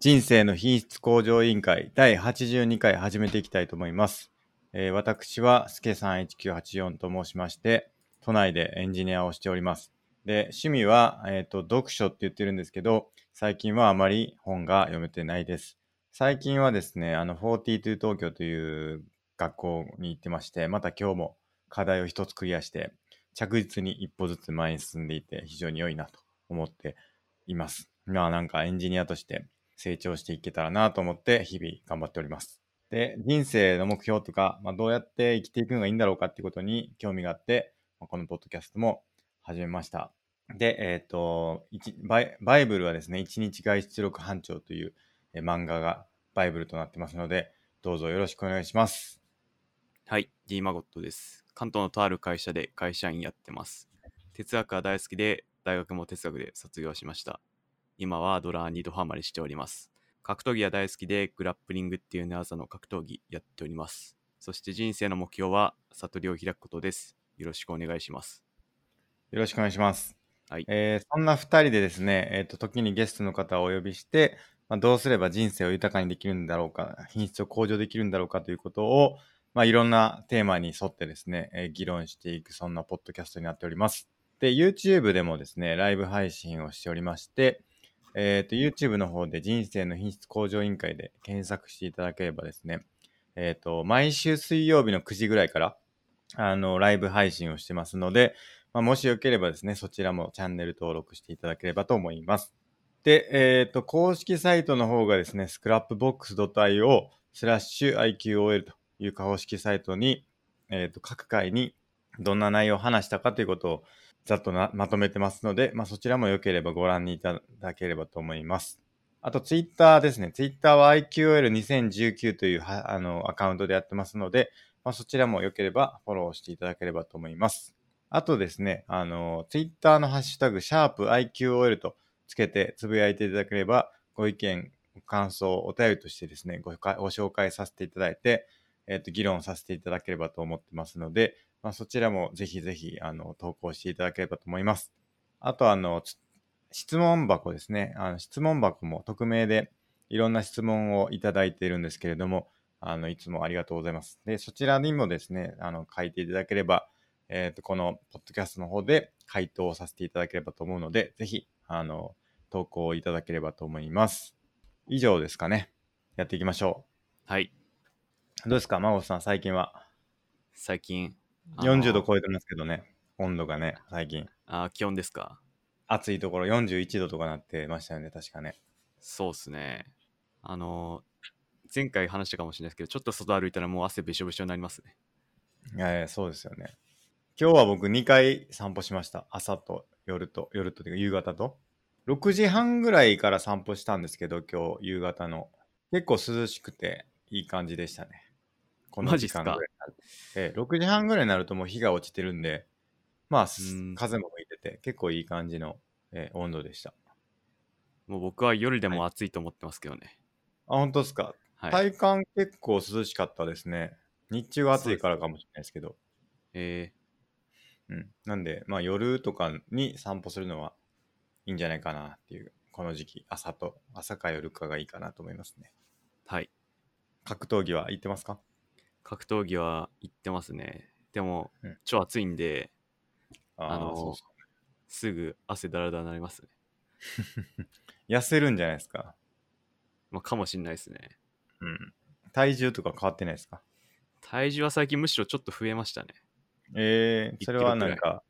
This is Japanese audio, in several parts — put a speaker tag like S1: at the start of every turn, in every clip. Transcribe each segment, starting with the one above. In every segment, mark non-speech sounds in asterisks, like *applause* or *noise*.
S1: 人生の品質向上委員会第82回始めていきたいと思います。えー私は、すけさん1984と申しまして、都内でエンジニアをしております。で、趣味は、えっ、と、読書って言ってるんですけど、最近はあまり本が読めてないです。最近はですね、あの、42東京という学校に行ってまして、また今日も課題を一つクリアして、着実に一歩ずつ前に進んでいて非常に良いなと思っています。まあなんかエンジニアとして成長していけたらなと思って日々頑張っております。で、人生の目標とか、まあ、どうやって生きていくのがいいんだろうかっていうことに興味があって、まあこのポッドキャストも始めました。で、えっ、と一バイ、バイブルはですね、一日外出力班長というえー漫画がバイブルとなってますので、どうぞよろしくお願いします。
S2: はい、D マゴットです。関東のとある会社で会社員やってます。哲学は大好きで、大学も哲学で卒業しました。今はドラーにドハマりしております。格闘技は大好きで、グラップリングっていう寝技の格闘技やっております。そして人生の目標は悟りを開くことです。よろしくお願いします。
S1: よろしくお願いします。
S2: はい
S1: えーそんな二人でですね、えっ、と、時にゲストの方をお呼びして、まあ、どうすれば人生を豊かにできるんだろうか、品質を向上できるんだろうかということを、まあ、いろんなテーマに沿ってですね、えー議論していく、そんなポッドキャストになっております。で、YouTube でもですね、ライブ配信をしておりまして、えっ、と、YouTube の方で人生の品質向上委員会で検索していただければですね、えっ、と、毎週水曜日の9時ぐらいから、あの、ライブ配信をしてますので、まあ、もしよければですね、そちらもチャンネル登録していただければと思います。で、えっ、と、公式サイトの方がですね、scrapbox.io スラッシュ IQOL という公式サイトに、えっ、と、各回にどんな内容を話したかということをざっとなまとめてますので、まあ、そちらもよければご覧にいただければと思います。あと、ツイッターですね。ツイッターは IQL2019 というはあのアカウントでやってますので、まあ、そちらもよければフォローしていただければと思います。あとですね、あの、ツイッターのハッシュタグ、シャープ i q o l とつけてつぶやいていただければ、ご意見、ご感想、お便りとしてですね、ごかご紹介させていただいて、えっ、と、議論させていただければと思ってますので、まあ、そちらもぜひぜひ、あの、投稿していただければと思います。あと、あの、つ質問箱ですね。あの質問箱も匿名でいろんな質問をいただいているんですけれども、あの、いつもありがとうございます。で、そちらにもですね、あの、書いていただければ、えー、とこのポッドキャストの方で回答をさせていただければと思うので、ぜひ、あの、投稿いただければと思います。以上ですかね。やっていきましょ
S2: はい、
S1: う。どうですか、孫さん、最近は。
S2: 最近。あの
S1: 40度超えてますけどね、温度がね、最近。
S2: あー、気温ですか。
S1: 暑いところ41度とかなってましたよね、確かね。
S2: そうっすね。あのー、前回話したかもしれないですけど、ちょっと外歩いたらもう汗びしょびしょになりますね。
S1: いやいや、そうですよね。今日は僕2回散歩しました。朝と夜と、夜とというか夕方と。6時半ぐらいから散歩したんですけど、今日夕方の。結構涼しくていい感じでしたね。この
S2: マジ
S1: 時
S2: っすか
S1: 間ぐらいになる。ええ6時半ぐらいになるともう日が落ちてるんで、まあ、す
S2: うん
S1: 風も吹いてて、結構いい感じの、ええ温度でした。
S2: もう僕は夜でも暑いと思ってますけどね。
S1: あ、本当ですか。
S2: はい。
S1: 体感結構涼しかったですね。日中は暑いからかもしれないですけど。
S2: え
S1: うん、なんで、まあ、夜とかに散歩するのはいいんじゃないかなっていう、この時期、朝と、朝か夜かがいいかなと思いますね。
S2: ーはい。
S1: 格闘技は行ってますか
S2: 格闘技は行ってますね。でも、
S1: うん
S2: 超暑いんで、
S1: あ
S2: あの
S1: の
S2: ー
S1: そうそ
S2: すぐ汗だらだらになりますね。
S1: う痩せるんじゃないですか。
S2: まあ、かもしんないですね。
S1: うん。体重とか変わってないですか
S2: 体重は最近むしろちょっと増えましたね。
S1: ええ
S2: 1
S1: それはなん
S2: キロく
S1: か、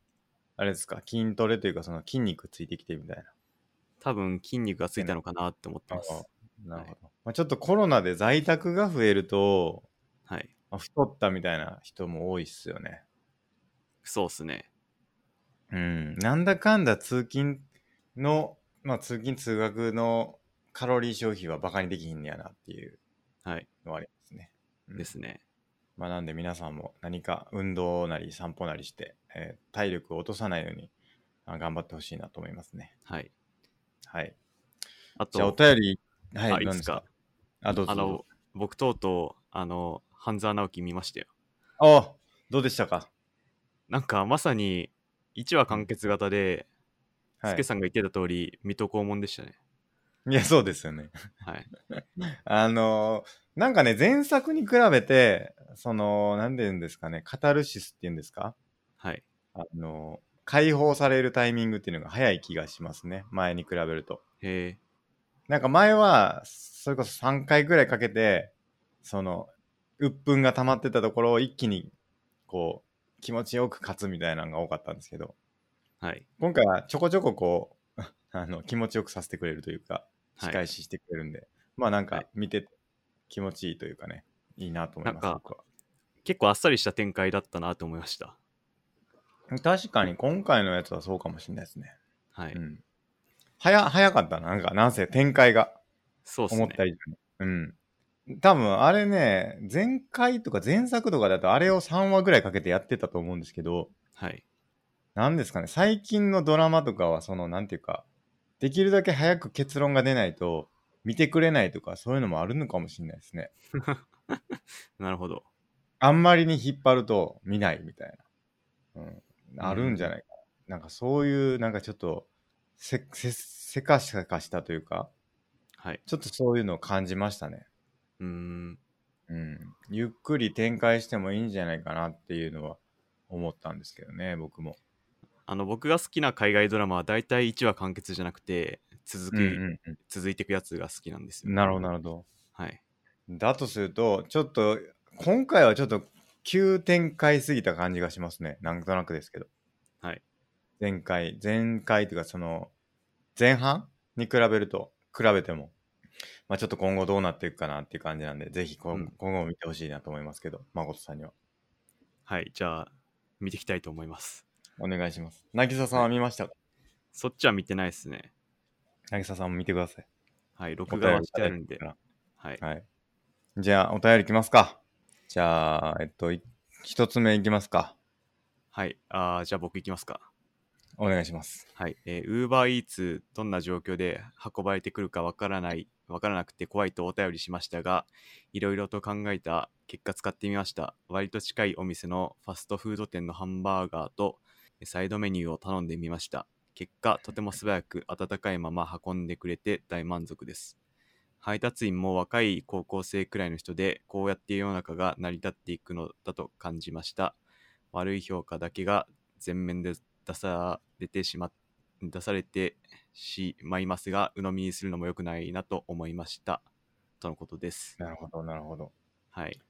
S1: あれですか、筋トレというか、その筋肉ついてきてみたいな。
S2: 多分筋肉がついたのかなって思ってます。
S1: なる
S2: は
S1: ほ
S2: い
S1: ど。まあ、ちょっとコロナで在宅が増えると、
S2: はい。
S1: まあ、太ったみたいな人も多いっすよね。
S2: そうっすね。
S1: うん、なんだかんだ通勤の、まあ、通勤通学のカロリー消費はバカにできひんねやなっていう
S2: はい。
S1: のはありますね。うん
S2: ですね。
S1: まあ、なんで皆さんも何か運動なり散歩なりして、えー体力を落とさないようにあ頑張ってほしいなと思いますね。
S2: はい。
S1: はい。
S2: あ
S1: じゃあお
S2: と、
S1: 便り、はい、
S2: あいいっ
S1: 何
S2: すか。
S1: あ、どうぞ
S2: あ
S1: どう
S2: の
S1: ぞ。、
S2: 僕とうとう、あの、半沢直樹見ましたよ。
S1: あ、どうでしたか
S2: なんかまさに1話完結型で、
S1: は
S2: ス
S1: い
S2: ケ。さんが言ってた通り、水戸黄門でしたね。
S1: いや、そうですよね。 *laughs*
S2: はい。
S1: あのーなんかね、前作に比べて、その、なんて言うんですかね、カタルシスっていうんですか
S2: はい。
S1: あのー解放されるタイミングっていうのが早い気がしますね。前に比べると。
S2: へえ。
S1: なんか前は、それこそ3回ぐらいかけて、その、鬱憤が溜まってたところを一気に、こう、気持ちよく勝つみたいなのが多かったんですけど、
S2: はい。
S1: 今回はちょこちょここう、 *laughs* あの、気持ちよくさせてくれるというか、仕
S2: は
S1: 返
S2: い。
S1: ししてくれるんで、まあなん
S2: は
S1: か
S2: い
S1: 見て気持ちいいというかね、いいなと思います、
S2: なんか
S1: 僕は。
S2: 結構あっさりした展開だったなと思いました。
S1: 確かに今回のやつはそうかもしれないですね。
S2: はい。
S1: うん。早、早かったな、なんか、なんせ展開が
S2: そうです
S1: 思っ
S2: ね。
S1: た以上に。うん。多分あれね、前回とか前作とかだとあれを3話ぐらいかけてやってたと思うんですけど、
S2: はい。
S1: なんですかね、最近のドラマとかは、その、なんていうか、できるだけ早く結論が出ないと、見てくれないとか、そういうのもあるのかもしれないですね。
S2: なるほど。
S1: あんまりに引っ張ると見ないみたいな。うん。あるんじゃないかな。なんかそういう、なんかちょっと、せ、せ、せかせかしたというか、
S2: はい。
S1: ちょっとそういうのを感じましたね。
S2: うーん。
S1: うん。ゆっくり展開してもいいんじゃないかなっていうのは思ったんですけどね、僕も。
S2: あの、僕が好きな海外ドラマは大体1話完結じゃなくて、続く、
S1: うんう
S2: 続いていくやつが好きなんですよ。
S1: ん。なるほど、なるほど。
S2: はい。
S1: だとすると、ちょっと、今回はちょっと急展開すぎた感じがしますね。なんとなくですけど。
S2: はい。
S1: 前回、前回というか、その、前半に比べると、比べても、まあちょっと今後どうなっていくかなっていう感じなんで、ぜひ今,、
S2: うん
S1: 今後も見てほしいなと思いますけど、誠さんには。
S2: はい。じゃあ、見ていきたいと思います。
S1: お願いします。渚さんは見ましたか、
S2: そっちは見てないですね。
S1: 渚さんも見てください。
S2: はい。録画はしてあるんで
S1: お便りいただいてるか。ら
S2: はい。
S1: はい。じゃあ、お便りいきますか。じゃあ、えっと、い一つ目いきますか。
S2: はい。あーじゃあ僕行きますか。
S1: お願いします。
S2: はい。えー、Uber Eats、どんな状況で運ばれてくるかわからない、わからなくて怖いとお便りしましたが、いろいろと考えた結果使ってみました。割と近いお店のファストフード店のハンバーガーとサイドメニューを頼んでみました。結果、とても素早く温かいまま運んでくれて大満足です。配達員も若い高校生くらいの人で、こうやって世の中が成り立っていくのだと感じました。悪い評価だけが全面で出されてしまっ出されてしまいますが、鵜呑みにするのも良くないなと思いました。とのことです。
S1: なるほど、なるほど。
S2: はい。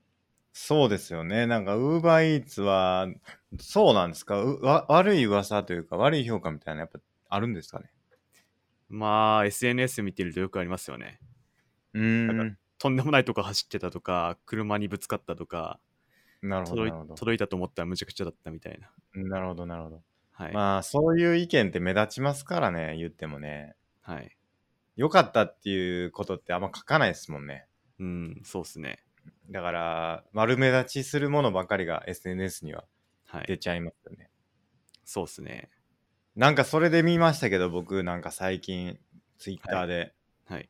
S1: そうですよね。なんか、ウーバーイーツは、そうなんですかうわ悪い噂というか、悪い評価みたいな、やっぱ、あるんですかね
S2: まあ、SNS 見てるとよくありますよね。
S1: うー。
S2: なんとんでもないとこ走ってたとか、車にぶつかったとか、
S1: なるほど、
S2: 届
S1: ないるほど。
S2: 届いたと思ったらむちゃくちゃだったみたいな。
S1: なるほど、なるほど。
S2: はい。
S1: まあ、そういう意見って目立ちますからね、言ってもね。
S2: はい。
S1: 良かったっていうことってあんま書かないですもんね。
S2: うん、そうっすね。
S1: だから、丸目立ちするものばかりが SNS には
S2: は
S1: 出
S2: い。
S1: ちゃいますよね。
S2: そうっすね。
S1: なんかそれで見ましたけど、僕なんか最近、ツイッターで、
S2: はい。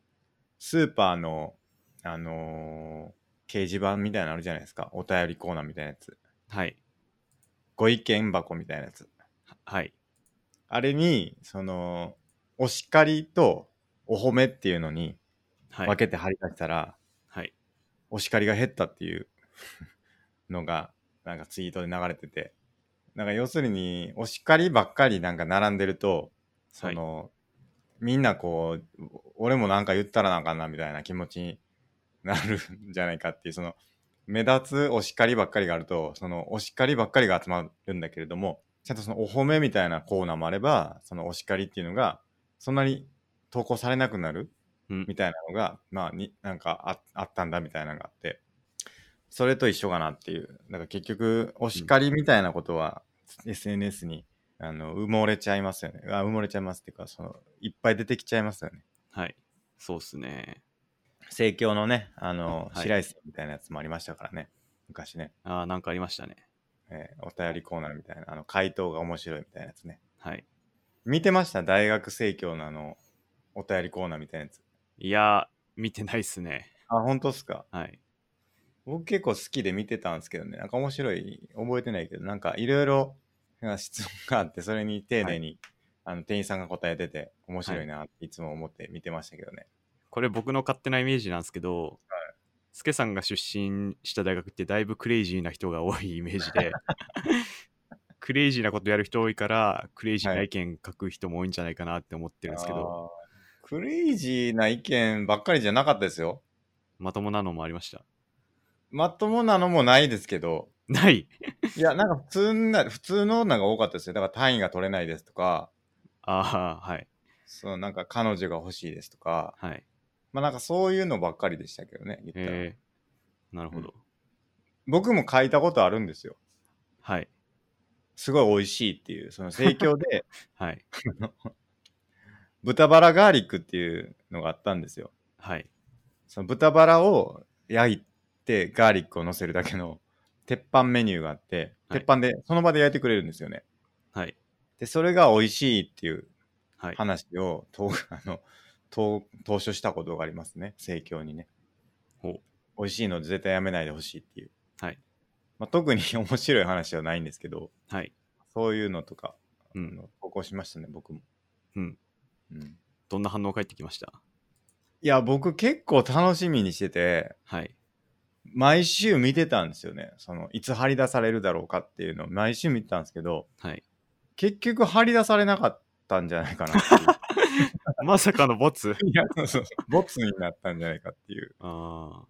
S1: スーパーの、あのー掲示板みたいなのあるじゃないですか。お便りコーナーみたいなやつ。
S2: はい。
S1: ご意見箱みたいなやつ。
S2: はい。
S1: あれに、その、お叱りとお褒めっていうのに
S2: はい。
S1: 分けて貼り出したら、
S2: はい。
S1: お叱りが減ったっていう *laughs* のが、なんかツイートで流れてて。なんか要するに、お叱りばっかりなんか並んでると、その、みんなこう、俺もなんか言ったらなあかんなみたいな気持ちになるんじゃないかっていう、その、目立つお叱りばっかりがあると、そのお叱りばっかりが集まるんだけれども、ちゃんとそのお褒めみたいなコーナーもあれば、そのお叱りっていうのが、そんなに投稿されなくなる
S2: うん
S1: みたいなのが、まあ、になんかああったんだみたいなのがあって、それと一緒かなっていう。だから結局、お叱りみたいなことは、SNS にあの埋もれちゃいますよね。あ埋もれちゃいますっていうか、そのいっぱい出てきちゃいますよね。
S2: はい。そうっすね。
S1: 盛況のね、あの、
S2: はい
S1: 白石みたいなやつもありましたからね。昔ね、
S2: あーなんかありましたね。
S1: えーお便りコーナーみたいな、あの、回答が面白いみたいなやつね。
S2: はい。
S1: 見てました大学盛況のあの、お便りコーナーみたいなやつ。
S2: いやー、見てないっすね。
S1: あ、本当っすか
S2: はい。
S1: 僕結構好きで見てたんですけどね、なんか面白い、覚えてないけど、なんかいろいろ質問があって、それに丁寧にあの、店員さんが答えてて、面白いな、っていつも思って見てましたけどね。
S2: これ僕の勝手なイメージなんですけど、スケさんが出身した大学ってだいぶクレイジーな人が多いイメージ *laughs* で、クレイジーなことやる人多いから、クレイジーな意見書く人も多いんじゃないかなって思ってるんですけど、
S1: あークレイジーな意見ばっかりじゃなかったですよ。
S2: まともなのもありました。
S1: まともなのもないですけど、
S2: ない
S1: いや、なんか普通な、普通の女が多かったですよ。だから単位が取れないですとか、
S2: ああ、はい。
S1: そのなんか彼女が欲しいですとか、
S2: はい。
S1: まあなんかそういうのばっかりでしたけどね、言ったら。
S2: えー、なるほど。
S1: 僕も書いたことあるんですよ。
S2: はい。
S1: すごい美味しいっていう、その盛況で *laughs*
S2: はい。
S1: 豚バラガーリックっていうのがあったんですよ。
S2: はい。
S1: その豚バラを焼いてガーリックを乗せるだけの鉄板メニューがあって、
S2: はい
S1: 鉄板でその場で焼いてくれるんですよね。
S2: はい。
S1: で、それが美味しいっていう
S2: はい。
S1: 話を、とあの、と投書したことがありますね、盛況にね。
S2: ほう
S1: 美味しいので絶対やめないでほしいっていう。
S2: はい。
S1: まあ、特に *laughs* 面白い話はないんですけど、
S2: はい。
S1: そういうのとか、
S2: う
S1: あ
S2: ん。
S1: の投稿しましたね、僕も。
S2: うん。
S1: うん、
S2: どんな反応返ってきました
S1: いや、僕結構楽しみにしてて、
S2: *laughs* はい。
S1: 毎週見てたんですよね。その、いつ張り出されるだろうかっていうのを毎週見てたんですけど、
S2: はい。
S1: 結局張り出されなかったんじゃないかなっていう。
S2: まさかのボツ
S1: *laughs* いや、そうそう。ボツになったんじゃないかっていう
S2: ああ。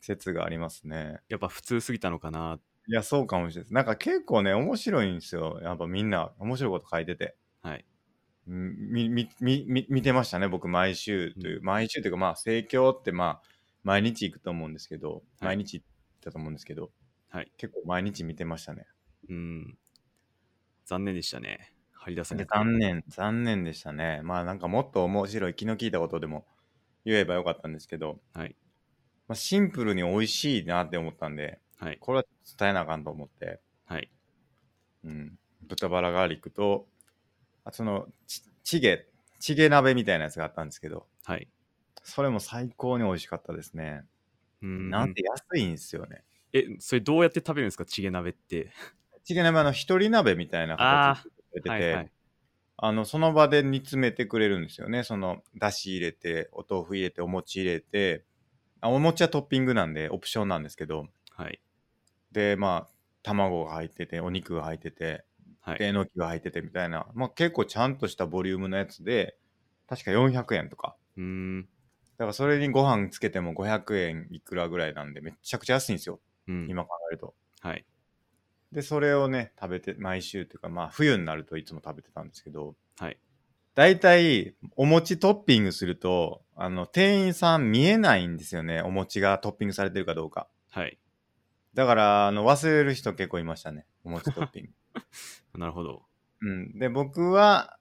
S1: 説がありますね。
S2: やっぱ普通すぎたのかない
S1: や、そうかもしれないです。なんか結構ね、面白いんですよ。やっぱみんな、面白いこと書いてて。
S2: はい。
S1: うんみ、み、み、み見てましたね、僕、毎週という。毎週というか、まあ、盛況って、まあ、毎日行くと思うんですけど、
S2: はい
S1: 毎日行ったと思うんですけど、
S2: はい。
S1: 結構毎日見てましたね。
S2: うん。残念でしたね。張り出さ
S1: で
S2: れ
S1: 残念、残念でしたね。まあ、なんかもっと面白い、気の利いたことでも言えばよかったんですけど、
S2: はい。
S1: まあ、シンプルに美味しいなって思ったんで、
S2: はい。
S1: これは伝えなあかんと思って、
S2: はい。
S1: うん、豚バラガーリックと、あそのち、チゲ、チゲ鍋みたいなやつがあったんですけど、
S2: はい。
S1: それも最高に美味しかったですね。
S2: うん
S1: なんて安いんですよね。
S2: え、それどうやって食べるんですかチゲ鍋って。
S1: チゲ鍋あの一人鍋みたいな形で出てて、あ,、
S2: はいはい。
S1: の、その場で煮詰めてくれるんですよね。その、だし入れて、お豆腐入れて、お餅入れて、あお餅はトッピングなんで、オプションなんですけど、
S2: はい。
S1: で、まあ、卵が入ってて、お肉が入ってて、
S2: は
S1: で
S2: い。
S1: えのきが入っててみたいな、まあ、結構ちゃんとしたボリュームのやつで確か400円とか
S2: うん。
S1: だからそれにご飯つけても500円いくらぐらいなんでめちゃくちゃ安いんですよ
S2: うん。
S1: 今考えると
S2: はい。
S1: でそれをね食べて毎週というかまあ冬になるといつも食べてたんですけど
S2: はい。
S1: だいたいお餅トッピングするとあの店員さん見えないんですよねお餅がトッピングされてるかどうか
S2: はい。
S1: だからあの忘れる人結構いましたねお餅トッピング
S2: なるほど。
S1: うん、で僕は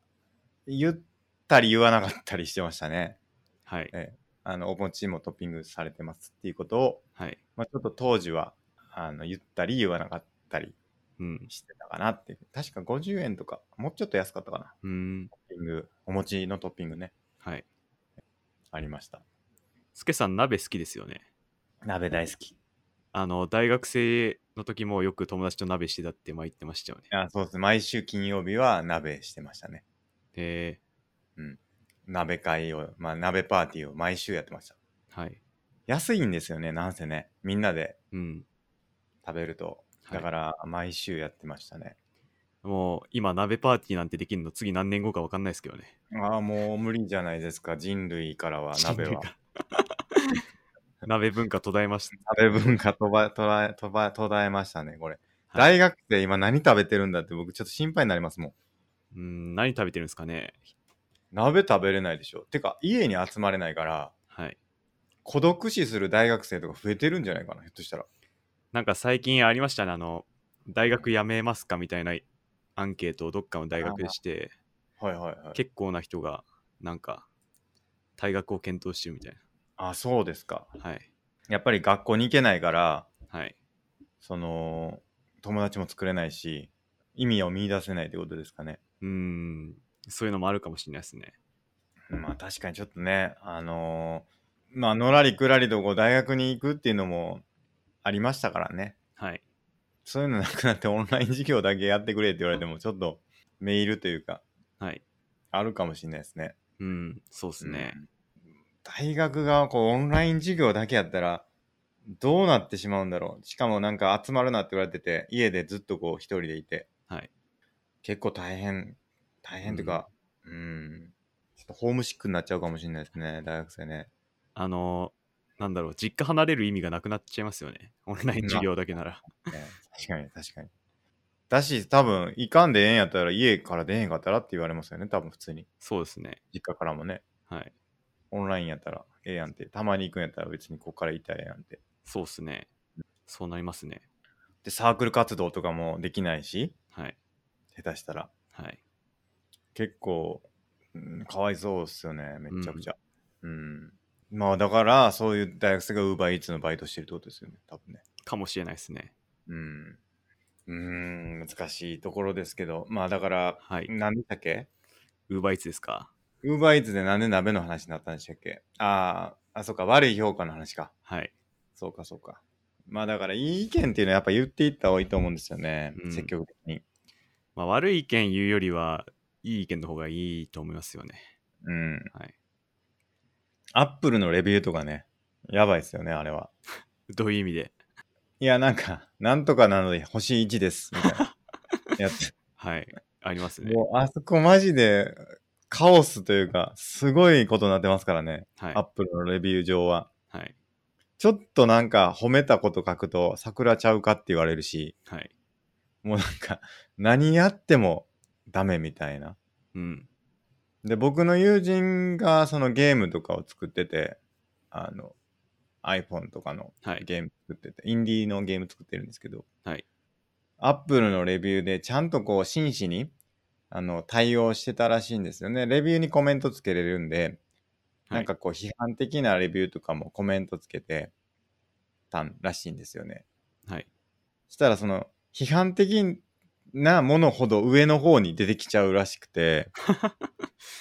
S1: 言ったり言わなかったりしてましたね
S2: はい。
S1: あのお餅もトッピングされてますっていうことを、
S2: はい。
S1: まあ、ちょっと当時はあの言ったり言わなかったり
S2: うん。
S1: してたかなっていう確か50円とかもうちょっと安かったかな
S2: うん。
S1: トッピングお餅のトッピングね
S2: はい。
S1: ありました
S2: スケさん、鍋好きですよね。
S1: 鍋大好き
S2: あの、大学生の時もよく友達と鍋してたって前言ってましたよね。
S1: あそうです毎週金曜日は鍋してましたね
S2: え
S1: 鍋会を、まあ、鍋パーティーを毎週やってました
S2: ー、はい。
S1: 安いんですよねなんせねみんなで
S2: うん。
S1: 食べると
S2: はい
S1: だから毎週やってましたね、
S2: もう、今、鍋パーティーなんてできるの、次何年後か分かんないですけ
S1: *laughs*
S2: どね。
S1: ああもう無理じゃないですか人類から
S2: *laughs*
S1: は鍋は
S2: 人類が鍋文化途絶えました。
S1: 鍋文化とば、とら、とば、途絶えましたね、これ。
S2: はい
S1: 大学生今何食べてるんだって僕ちょっと心配になりますもん。
S2: うん、何食べてるんですかね。
S1: 鍋食べれないでしょ。てか、家に集まれないから、
S2: はい。
S1: 孤独死する大学生とか増えてるんじゃないかな、ひょっとしたら。
S2: なんか最近ありましたね、あの、大学辞めますかみたいなアンケートをどっかの大学でして、
S1: はいはいはい。
S2: 結構な人が、なんか、退学を検討してるみたい
S1: あ、そうですか。
S2: な。はい。
S1: やっぱり学校に行けないから、
S2: はい。
S1: その、友達も作れないし、意味を見出せないってことですかね。
S2: うん、そういうのもあるかもしれないですね。
S1: まあ確かにちょっとね、あのーまあ、のらりくらりとこう大学に行くっていうのもありましたからね。
S2: はい。
S1: そういうのなくなってオンライン授業だけやってくれって言われてもちょっとメールというか
S2: はい。
S1: あるかもしれないですね。
S2: うん、そうですね。
S1: うん大学がこうオンライン授業だけやったらどうなってしまうんだろうしかもなんか集まるなって言われてて家でずっとこう一人でいて、
S2: はい
S1: 結構大変大変というかうんちょっとホームシックになっちゃうかもしれないですね大学生ね
S2: あのー、なんだろう、実家離れる意味がなくなっちゃいますよね。オンライン授業だけなら。
S1: ね確かに確かにだし多分いかんでええんやったら家から出えへんかったらって言われますよね多分普通に
S2: そうですね。
S1: 実家からもね
S2: はい。
S1: オンラインやったらええやんってたまに行くんやったら別にここからいたらええやんって
S2: そうですね。そうなりますね。
S1: でサークル活動とかもできないし
S2: はい。
S1: 下手したら
S2: はい。
S1: 結構、うんかわいそうっすよねめっちゃくちゃうん、まあだからそういう大学生が UberEats のバイトしてるってことですよね多分ね
S2: かもしれないですね。
S1: うんうーん難しいところですけどまあだから
S2: はい。
S1: 何でしたっけ
S2: ウーバーイーツですか
S1: ?UberEats でなんで鍋の話になったんでしたっけあーあそうか悪い評価の話か
S2: はい。
S1: そうかそうかまあだからいい意見っていうのはやっぱ言っていった方がいいと思うんですよね、
S2: うん
S1: 積極的に
S2: まあ、悪い意見言うよりは、いい意見の方がいいと思いますよね。
S1: うん
S2: はい。
S1: アップルのレビューとかね、やばいですよね、あれは。
S2: どういう意味で
S1: いや、なんか、なんとかなので星1です、みたいな。やつ。
S2: *laughs* はい。ありますね。
S1: もう、あそこマジで、カオスというか、すごいことになってますからね、
S2: はい
S1: アッ。プルのレビュー上は。
S2: はい。
S1: ちょっとなんか、褒めたこと書くと、桜ちゃうかって言われるし、
S2: はい。
S1: もうなんか、何やってもダメみたいな。
S2: うん。
S1: で、僕の友人がそのゲームとかを作ってて、あの、iPhone とかの
S2: はい。
S1: ゲーム作ってて、インディーのゲーム作ってるんですけど、
S2: はい。
S1: アップルのレビューでちゃんとこう真摯にあの対応してたらしいんですよね。レビューにコメントつけれるんで、
S2: はい
S1: なんかこう批判的なレビューとかもコメントつけてたんらしいんですよね。
S2: はい。
S1: そしたらその批判的なものほど上の方に出てきちゃうらしく
S2: *laughs*
S1: て、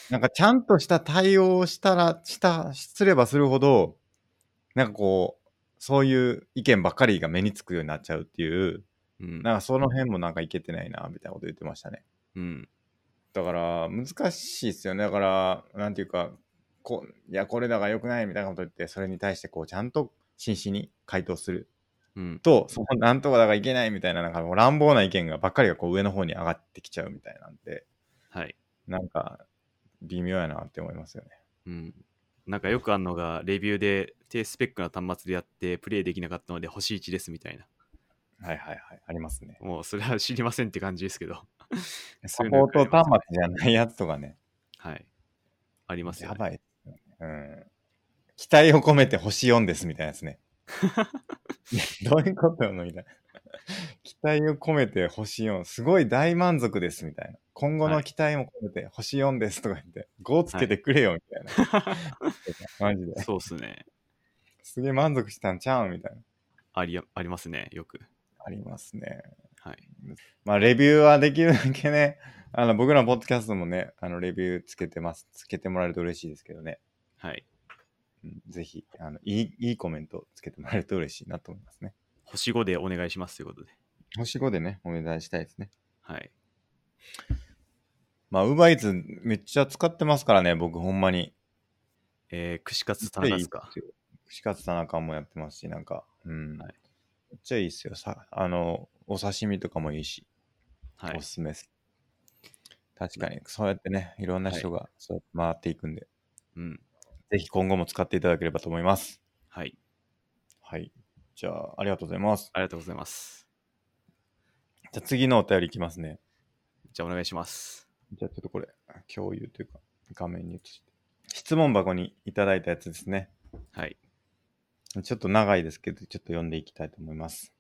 S1: なんかちゃんとした対応をしたら、した、すればするほど、なんかこう、そういう意見ばっかりが目につくようになっちゃうっていう、
S2: うん。
S1: なんかその辺もなんかいけてないな、みたいなこと言ってましたね。
S2: うん。
S1: だから、難しいですよね。だから、なんていうか、こういや、これだが良くないみたいなこと言って、それに対してこう、ちゃんと真摯に回答する
S2: うん。
S1: と、そのなんとかだがいけないみたいな、なんかもう乱暴な意見がばっかりがこう上の方に上がってきちゃうみたいなんで、
S2: はい。
S1: なんか、微妙やなって思いますよね。
S2: うん。なんかよくあるのが、レビューで低スペックな端末でやって、プレイできなかったので、星1ですみたいな。
S1: はいはいはい。ありますね。
S2: もう、それは知りませんって感じですけど。
S1: サ
S2: そういう
S1: ポ
S2: の
S1: ート端末じゃないやつとかね。
S2: はい。ありますよ、
S1: や
S2: ね。
S1: ばいですよね。うん。期待を込めて星4ですみたいなやつ
S2: *laughs*
S1: ね。いやどういうことなのみたいな。期待を込めて星4、すごい大満足ですみたいな。今後の期待も込めて星4ですとか言って、5つけてくれよみたいな。 *laughs* マジで。
S2: そうっすね。
S1: すげえ満足したんちゃうんみたいな。
S2: ありやありますね、よく。
S1: ありますね。
S2: はい。
S1: まあ、レビューはできるだけね、あの、僕らのポッドキャストもね、あの、レビューつけてます。つけてもらえると嬉しいですけどね。
S2: はい。
S1: うんぜひあのいい、いいコメントつけてもらえると嬉しいなと思いますね。
S2: 星5でお願いしますということで。
S1: 星5でね、お願いしたいですね。
S2: はい。
S1: まあ、ウーバーイーツめっちゃ使ってますからね、僕ほんまに。
S2: えー、串カツ田中ですか。
S1: 串カツ田中もやってますし、なんか、うん。
S2: はい
S1: めっちゃいいっすよ。さ、あの、お刺身とかもいいし、
S2: はい
S1: お。すすめです。確かに、そうやってね、いろんな人がそうやって回っていくんで、
S2: うん。
S1: ぜひ今後も使っていただければと思います。
S2: はい。
S1: はい。じゃあ、ありがとうございます。
S2: ありがとうございます。
S1: じゃあ次のお便りいきますね。
S2: じゃあお願いします。
S1: じゃあちょっとこれ、共有というか、画面に移して。質問箱にいただいたやつですね。
S2: はい。
S1: ちょっと長いですけど、ちょっと読んでいきたいと思います。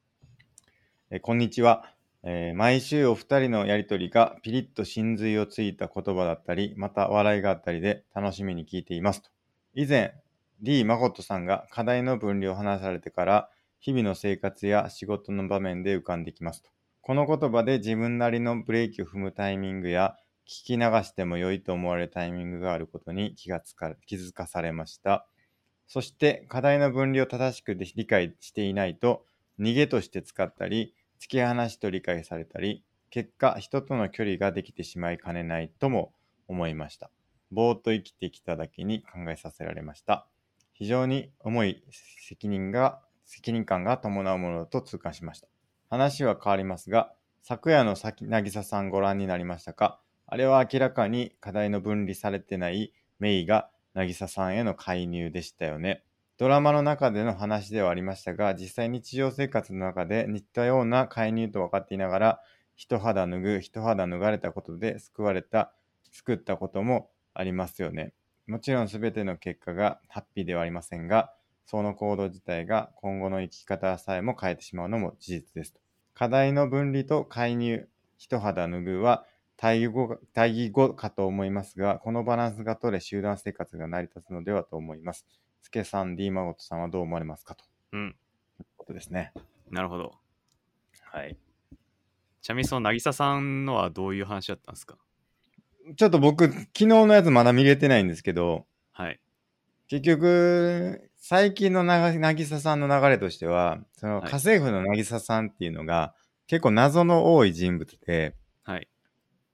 S1: えーこんにちは、えー毎週お二人のやりとりがピリッと真髄をついた言葉だったり、また笑いがあったりで楽しみに聞いていますと。以前、D 誠さんが課題の分量を話されてから、日々の生活や仕事の場面で浮かんできますと。この言葉で自分なりのブレーキを踏むタイミングや、聞き流しても良いと思われるタイミングがあることに気がつか気づかされました。そして課題の分類を正しく理解していないと逃げとして使ったり突き放しと理解されたり結果人との距離ができてしまいかねないとも思いました。ぼーっと生きてきただけに考えさせられました。非常に重い責任が、責任感が伴うものだと痛感しました。話は変わりますが、昨夜のさき渚さんご覧になりましたかあれは明らかに課題の分離されてないメイが渚さんへの介入でしたよね。ドラマの中での話ではありましたが、実際日常生活の中で似たような介入と分かっていながら、一肌脱ぐ、一肌脱がれたことで救われた、救ったこともありますよね。もちろん全ての結果がハッピーではありませんが、その行動自体が今後の生き方さえも変えてしまうのも事実です。課題の分離と介入、一肌脱ぐは対義語が対義語かと思いますが、このバランスが取れ集団生活が成り立つのではと思います。スケさん、D マゴットさんはどう思われますかと
S2: うん。
S1: いうことですね。
S2: なるほど。
S1: はい。
S2: ちなみにその渚さんのはどういう話だったんですか
S1: ちょっと僕、昨日のやつまだ見れてないんですけど、
S2: はい。
S1: 結局、最近のなが渚さんの流れとしては、その
S2: はい
S1: 家政婦の渚さんっていうのが、結構謎の多い人物で、
S2: はい。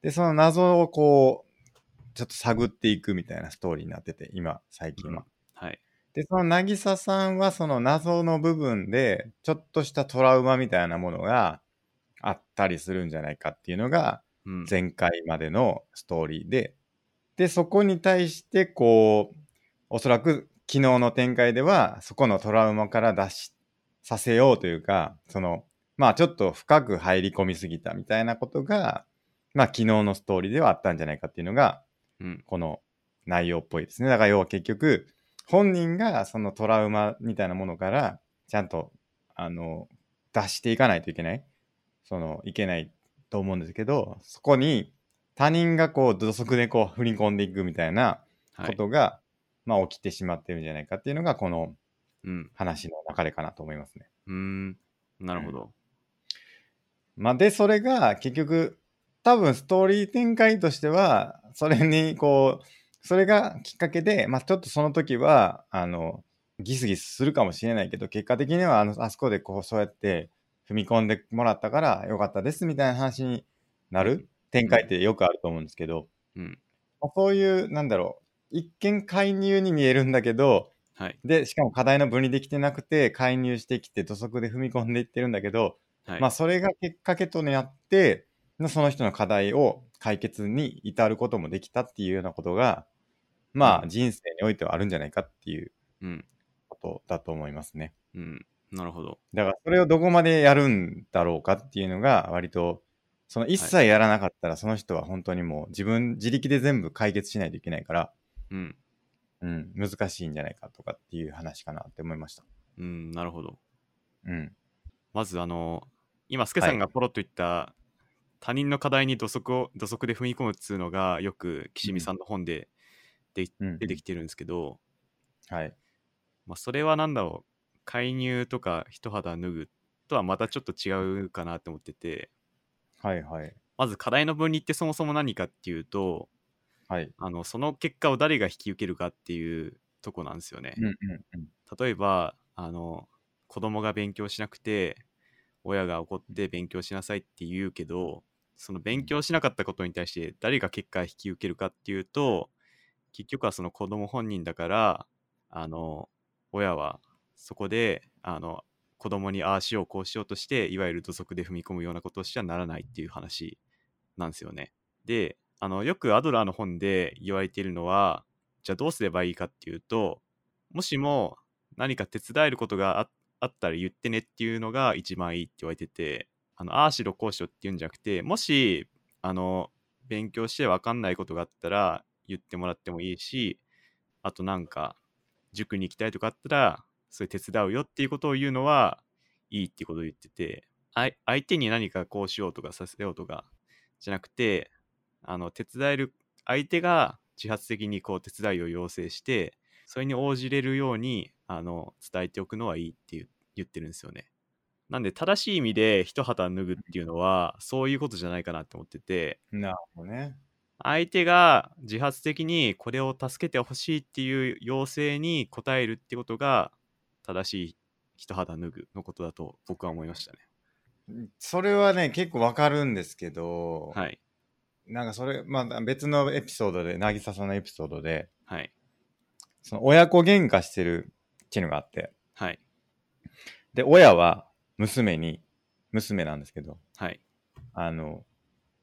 S1: で、その謎をこう、ちょっと探っていくみたいなストーリーになってて、今、最近は。
S2: はい。
S1: で、その渚さんはその謎の部分で、ちょっとしたトラウマみたいなものがあったりするんじゃないかっていうのが、
S2: うん。
S1: 前回までのストーリーで、で、そこに対して、こう、おそらく昨日の展開では、そこのトラウマから脱しさせようというか、その、まあちょっと深く入り込みすぎたみたいなことが、まあ昨日のストーリーではあったんじゃないかっていうのが、
S2: うん。
S1: この内容っぽいですね。だから要は結局、本人がそのトラウマみたいなものから、ちゃんと、あの、脱していかないといけない。その、いけないと思うんですけど、そこに他人がこう、土足でこう、振り込んでいくみたいな
S2: は
S1: こ
S2: い。
S1: とが、まあ起きてしまってるんじゃないかっていうのが、この
S2: うん。
S1: 話の流れかなと思いますね。
S2: うーん。なるほど。
S1: まあ、で、それが結局、多分ストーリー展開としては、それにこう、それがきっかけで、まあ、ちょっとその時は、あの、ギスギスするかもしれないけど、結果的にはあの、あそこでこう、そうやって踏み込んでもらったから、よかったですみたいな話になる展開ってよくあると思うんですけど、
S2: うん。
S1: まあ、そういう、なんだろう、一見介入に見えるんだけど、
S2: はい。
S1: で、しかも課題の分離できてなくて、介入してきて土足で踏み込んでいってるんだけど、
S2: はい。
S1: まあ、それがきっかけとなって、その人の課題を解決に至ることもできたっていうようなことが、ま
S2: う
S1: あ、人生においてはあるんじゃないかっていう
S2: うん。
S1: ことだと思いますね。
S2: うん。なるほど。
S1: だから、それをどこまでやるんだろうかっていうのが、割と、その一切やらなかったら、その人は本当にもう自分、自力で全部解決しないといけないから、
S2: うん。
S1: うん、難しいんじゃないかとかっていう話かなって思いました。
S2: うん。なるほど。
S1: うん。
S2: まずあの今スケさんがポロッと言った、他人の課題に土足を土足で踏み込むっつうのがよく岸見さんの本で
S1: うん
S2: 出てきてるんですけど、
S1: はい。
S2: まあ、それは何だろう介入とか一肌脱ぐとはまたちょっと違うかなと思ってて
S1: はいはい。
S2: まず課題の分離ってそもそも何かっていうと
S1: はい。
S2: あのその結果を誰が引き受けるかっていうとこなんですよね。
S1: うんうんうん。
S2: 例えばあの子供が勉強しなくて親が怒って勉強しなさいって言うけどその勉強しなかったことに対して誰が結果引き受けるかっていうと結局はその子供本人だからあの親はそこであの子供にああしようこうしようとしていわゆる土足で踏み込むようなことをしてはならないっていう話なんですよね。であのよくアドラーの本で言われているのはじゃあどうすればいいかっていうともしも何か手伝えることがああったら言ってねっていうのが一番いいって言われててあのああしろこうしろっていうんじゃなくてもしあの勉強して分かんないことがあったら言ってもらってもいいしあとなんか塾に行きたいとかあったらそれ手伝うよっていうことを言うのはいいってことを言っててあい相手に何かこうしようとかさせようとかじゃなくてあの手伝える相手が自発的にこう手伝いを要請してそれに応じれるようにあの伝えておくのはいいって言う言ってるんですよね。なんで正しい意味で一旗脱ぐっていうのはそういうことじゃないかなって思ってて
S1: なるほどね。
S2: 相手が自発的にこれを助けてほしいっていう要請に応えるってことが正しい一肌脱ぐのことだと僕は思いましたね。
S1: それはね、結構わかるんですけど、
S2: はい。
S1: なんかそれ、まあ別のエピソードで、渚さんのエピソードで、
S2: はい。
S1: その親子喧嘩してるっていうのがあって、
S2: はい。
S1: で、親は娘に、娘なんですけど、
S2: はい。
S1: あの、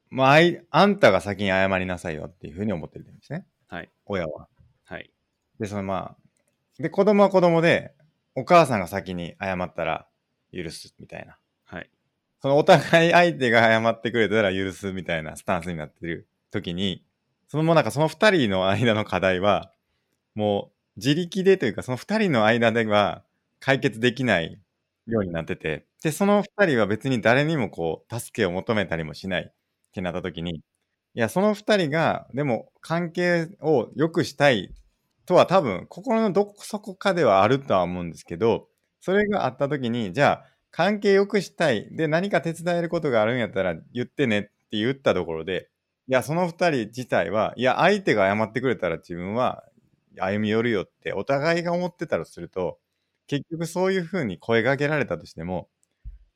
S1: まああい、あんたが先に謝りなさいよっていうふうに思ってるんですね。
S2: はい。
S1: 親は。
S2: はい。
S1: で、そのまあ、で、子供は子供で、お母さんが先に謝ったら許すみたいな。
S2: はい。
S1: そのお互い相手が謝ってくれたら許すみたいなスタンスになってる時に、そのもうなんかその二人の間の課題は、もう自力でというかその二人の間では解決できないようになってて、で、その二人は別に誰にもこう助けを求めたりもしないってなった時に、いや、その二人がでも関係を良くしたいとは多分心のどこそこかではあるとは思うんですけど、それがあった時に、じゃあ関係良くしたい。で、何か手伝えることがあるんやったら言ってねって言ったところで、いや、その二人自体は、いや、相手が謝ってくれたら自分は歩み寄るよってお互いが思ってたらすると、結局そういうふうに声がけられたとしても、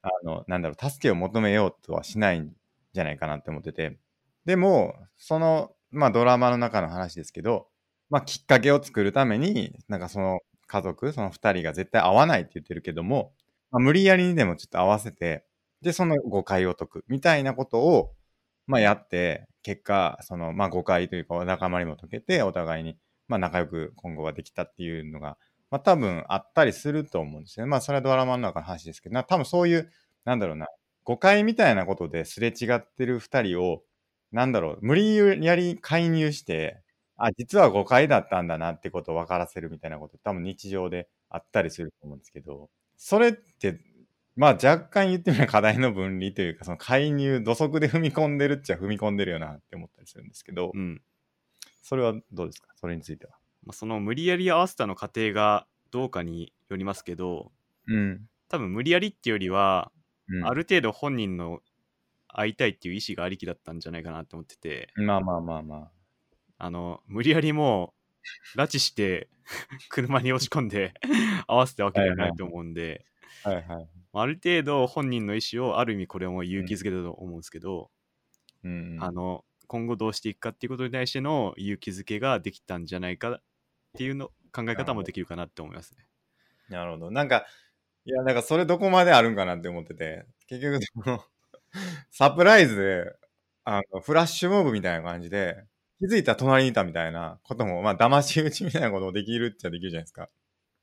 S1: あの、なんだろう、助けを求めようとはしないんじゃないかなって思ってて。でも、その、まあドラマの中の話ですけど、まあきっかけを作るために、なんかその家族、その二人が絶対会わないって言ってるけども、まあ、無理やりにでもちょっと合わせて、で、その誤解を解くみたいなことを、まあ、やって、結果、その、まあ、誤解というか、わだかまりも解けて、お互いに、まあ、仲良く今後ができたっていうのが、まあ、多分あったりすると思うんですよね。まあ、それはドラマの中の話ですけど、な多分そういう、なんだろうな、誤解みたいなことですれ違ってる二人を、なんだろう、無理やり介入して、あ、実は誤解だったんだなってことを分からせるみたいなこと、多分日常であったりすると思うんですけど、それって、まあ若干言ってみれば課題の分離というか、その介入、土足で踏み込んでるっちゃ踏み込んでるよなって思ったりするんですけど、
S2: うん。
S1: それはどうですかそれについては。
S2: まあ、その無理やり合わせたの過程がどうかによりますけど、
S1: うん。
S2: 多分無理やりっていうよりは、
S1: うん、
S2: ある程度本人の会いたいっていう意思がありきだったんじゃないかなと思ってて、
S1: まあまあまあまあ。
S2: あの、無理やりもう、拉致して、 *laughs* 車に押し込ん
S1: *laughs*
S2: で、合わせたわけではないと思うんで、
S1: はいはい。
S2: まあある程度本人の意思を、ある意味これも勇気づけたと思うんですけど、
S1: うん、
S2: あの、今後どうしていくかっていうことに対しての勇気づけができたんじゃないかっていうの考え方もできるかなって思いますね。
S1: なるほど。なんか、いや、なんかそれどこまであるんかなって思ってて、結局その、 *laughs* サプライズで、あの、フラッシュモブみたいな感じで、気づいたら隣にいたみたいなことも、まあ、騙し討ちみたいなこともできるっちゃできるじゃないですか。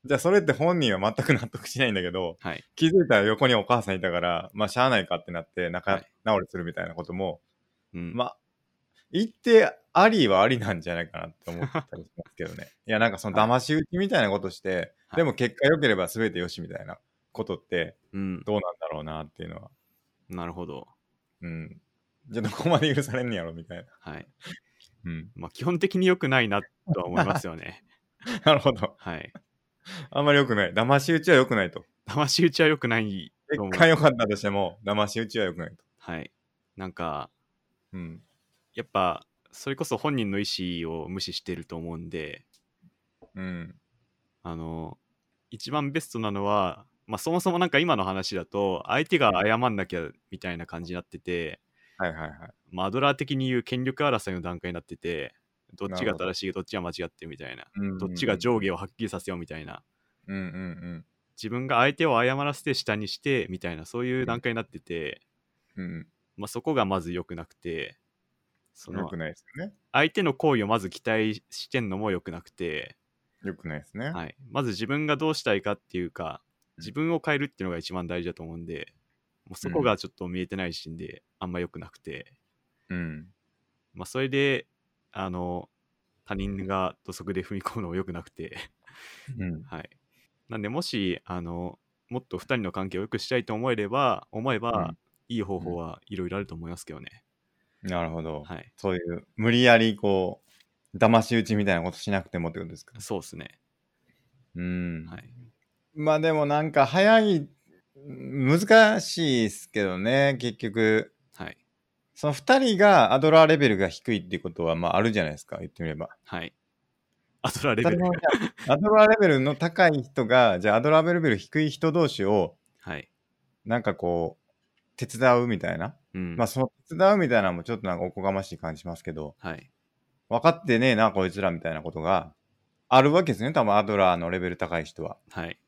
S1: じゃあ、それって本人は全く納得しないんだけど、
S2: はい。
S1: 気づいたら横にお母さんいたから、まあ、しゃあないかってなって、仲、
S2: はい
S1: 直りするみたいなことも、
S2: うん。
S1: まあ、言ってありはありなんじゃないかなって思ったりしますけど
S2: *laughs*
S1: ね。いや、なんかその騙し討ちみたいなことして、
S2: はい
S1: でも結果良ければ全て良しみたいなことって
S2: うん。
S1: どうなんだろうなっていうのは。
S2: なるほど。
S1: うん。じゃあどこまで許されんねやろみたいな。
S2: はい。
S1: うん。 *laughs*
S2: まあ、基本的に良くないなとは思いますよね。 *laughs*
S1: なるほど。
S2: はい。
S1: あんまり良くない。騙し討ちは良くないと。
S2: 騙し討ちは良くないと思
S1: 結
S2: う。
S1: 果良かったとしても、騙し討ちは良くないと。
S2: はい。なんか、
S1: うん。
S2: やっぱ、それこそ本人の意思を無視してると思うんで、
S1: うん。
S2: あの、一番ベストなのは、まあ、そもそもなんか今の話だと、相手が謝んなきゃみたいな感じになってて、
S1: はいはいはい。
S2: まあ、アドラー的に言う権力争いの段階になってて、どっち
S1: なる
S2: が
S1: ほど
S2: 正しい、どっちが間違ってるみたいな、
S1: うんうんうん
S2: どっちが上下をはっきりさせようみたいな、
S1: うんうんうん。
S2: 自分が相手を謝らせて下にしてみたいな、そういう段階になってて、
S1: うん
S2: まあ、そこがまず良くなくて、そ
S1: うん。良
S2: の
S1: くないですよね。
S2: 相手の行為をまず期待してんのも良くなくて、
S1: 良くないですね。
S2: はい、まず自分がどうしたいかっていうか
S1: うん
S2: 自分を変えるっていうのが一番大事だと思うんでもうそこがちょっと見えてないしんで、あんま良くなくて、
S1: うん。
S2: まあ、それであの他人が土足で踏み込むのも良くなくて、 *laughs*
S1: うん。
S2: はい、なんでもしあのもっと2人の関係を良くしたいと思えれば思えば、
S1: うん
S2: いい方法はいろいろあると思いますけどね、
S1: なるほど。
S2: はい、
S1: そういう、無理やりこう、騙し討ちみたいなことしなくてもってことですか
S2: そうですね、
S1: うん。
S2: はい、
S1: まあでもなんか早い、難しいですけどね、結局。
S2: はい、
S1: その二人がアドラーレベルが低いっていうことは、まああるじゃないですか、言ってみれば。
S2: はい、アトラレベル
S1: 二人のじゃあアドラーレベルの高い人が、じゃあアドラーレベル低い人同士を、
S2: はい
S1: なんかこう、手伝うみたいな
S2: うん。
S1: まあ、その手伝うみたいなのもちょっとなんかおこがましい感じしますけど、
S2: はい。
S1: 分かってねえな、こいつらみたいなことがあるわけですね。多分アドラーのレベル高い人は。
S2: はい。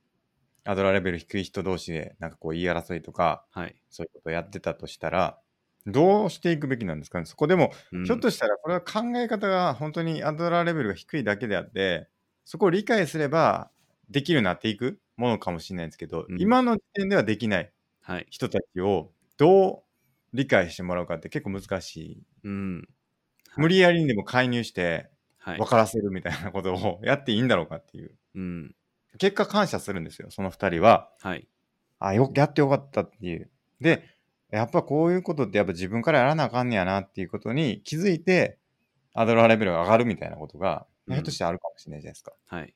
S1: アドラーレベル低い人同士で、なんかこう言い争いとか、
S2: はい。
S1: そういうことをやってたとしたら、どうしていくべきなんですかね。そこでも、
S2: うん
S1: ひょっとしたらこれは考え方が本当にアドラーレベルが低いだけであって、そこを理解すればできるようになっていくものかもしれないんですけど、
S2: うん
S1: 今の時点ではできない
S2: はい。
S1: 人たちをどう理解してもらうかって結構難しい。
S2: うん。
S1: 無理やりにでも介入して
S2: はい
S1: 分。からせるみたいなことをやっていいんだろうかっていう。
S2: うん。
S1: 結果感謝するんですよ、その二人は。
S2: はい。
S1: あ、よ、やってよかったっていう。で、やっぱこういうことってやっぱ自分からやらなあかんねやなっていうことに気づいて、アドラーレベルが上がるみたいなことが、
S2: うん
S1: ひょっとしてあるかもしれないじゃないですか。
S2: はい。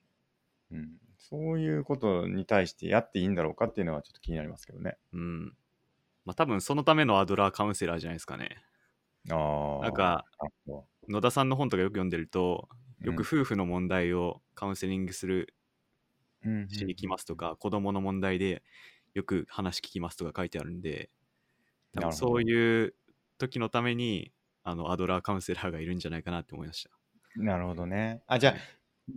S1: うん。そういうことに対してやっていいんだろうかっていうのはちょっと気になりますけどね。
S2: うん。まあ多分そのためのアドラーカウンセラーじゃないですかね。
S1: ああ。
S2: なんか、
S1: なるほ
S2: 野田さんの本とかよく読んでると、
S1: ど、
S2: よく夫婦の問題をカウンセリングする
S1: うん、うんうん
S2: しに来ますとか、子供の問題でよく話聞きますとか書いてあるんで、多
S1: な
S2: 分
S1: るほど
S2: そういう時のために、あの、アドラーカウンセラーがいるんじゃないかなって思いました。
S1: なるほどね。あ、じゃあ、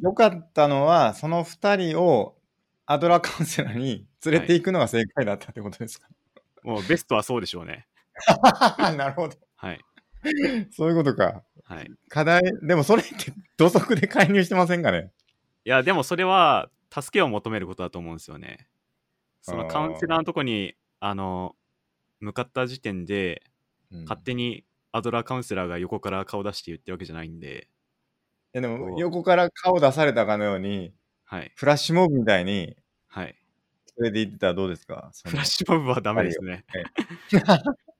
S1: よかったのは、その二人をアドラーカウンセラーに連れていくのが正解だったってことですか、
S2: もうベストはそうでしょうね。
S1: *laughs* なるほど。
S2: はい。
S1: そういうことか。
S2: はい。い
S1: 課題、でもそれって土足で介入してませんかね
S2: や、でもそれは、助けを求めることだと思うんですよね。そのカウンセラーのとこに、あの、向かった時点で、勝
S1: い
S2: 手にアドラーカウンセラーが横から顔出して言ってるわけじゃないんで、
S1: やで
S2: そ
S1: も
S2: う
S1: 横から顔出されたかのように、
S2: はい。
S1: フラッシュモブみたいに
S2: はい。
S1: 連れて行ってたらどうですかその
S2: フラッシュモブはダメですね。 *laughs*